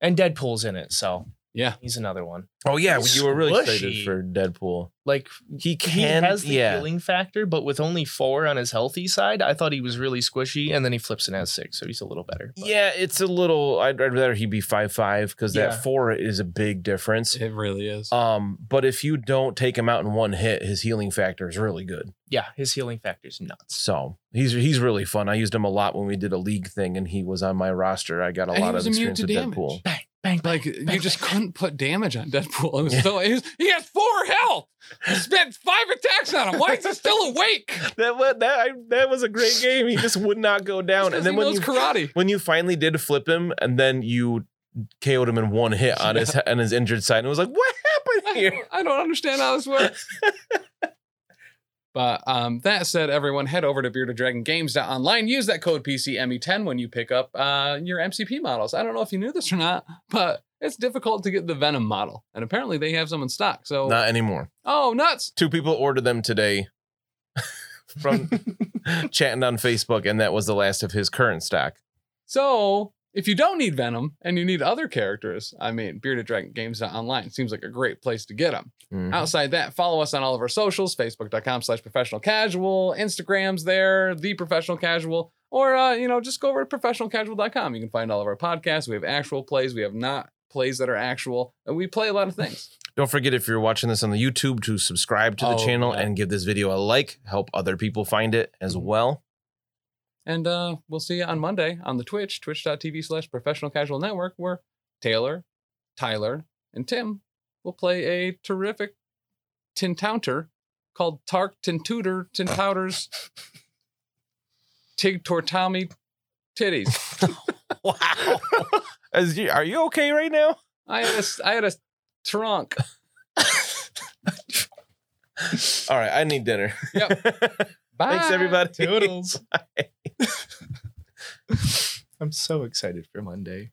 And Deadpool's in it, so Yeah. he's another one. Oh yeah, you were really Squishy. excited for Deadpool. Like He he can. has the yeah. healing factor, but with only four on his healthy side, I thought he was really squishy, and then he flips and has six, so he's a little better. but- Yeah, it's a little. I'd, I'd rather he be five five because Yeah. that four is a big difference. it really is. Um, but if you don't take him out in one hit, his healing factor is really good. yeah, his healing factor's nuts. So he's he's really fun. I used him a lot when we did a league thing, and he was on my roster. I got a And he lot was of immune experience to damage. with Deadpool. Bang, bang, bang. Like you just couldn't put damage on Deadpool. It was Yeah. so it was, he has four health. Spent five attacks on him. Why is he still awake? That was that I, that was a great game. He just would not go down. It's 'cause And then he when knows you karate. when you finally did flip him, and then you KO'd him in one hit on his on his injured side, and it was like, what happened I here? don't, I don't understand how this works. but um, that said, everyone head over to beardeddragongames.online. Use that code PCME10 E when you pick up uh, your MCP models. I don't know if you knew this or not, but it's difficult to get the Venom model, and apparently they have some in stock. So Not anymore. oh nuts! Two people ordered them today from chatting on Facebook, and that was the last of his current stock. So if you don't need Venom and you need other characters, I mean, beardeddragongames.online seems like a great place to get them. Mhm. Outside that, follow us on all of our socials, facebook.com slash professional casual, Instagram's there, the professional casual, or uh, you know, just go over to professionalcasual.com. You can find all of our podcasts. We have actual plays, we have not plays that are actual, and we play a lot of things. Don't forget if you're watching this on the YouTube to subscribe to the Oh, channel yeah. Mm. and give this video a like, help other people find it as well. And uh, we'll see you on Monday on the Twitch, twitch.tv slash professional casual network, where Taylor, Tyler, and Tim will play a terrific Tintounter called Tark Tintutor Tintouters Tig Tortami Titties. Wow. As you, are you okay right now? I had a, I had a trunk. All right, I need dinner. Yep. Bye. Thanks everybody. Toodles. I'm so excited for Monday.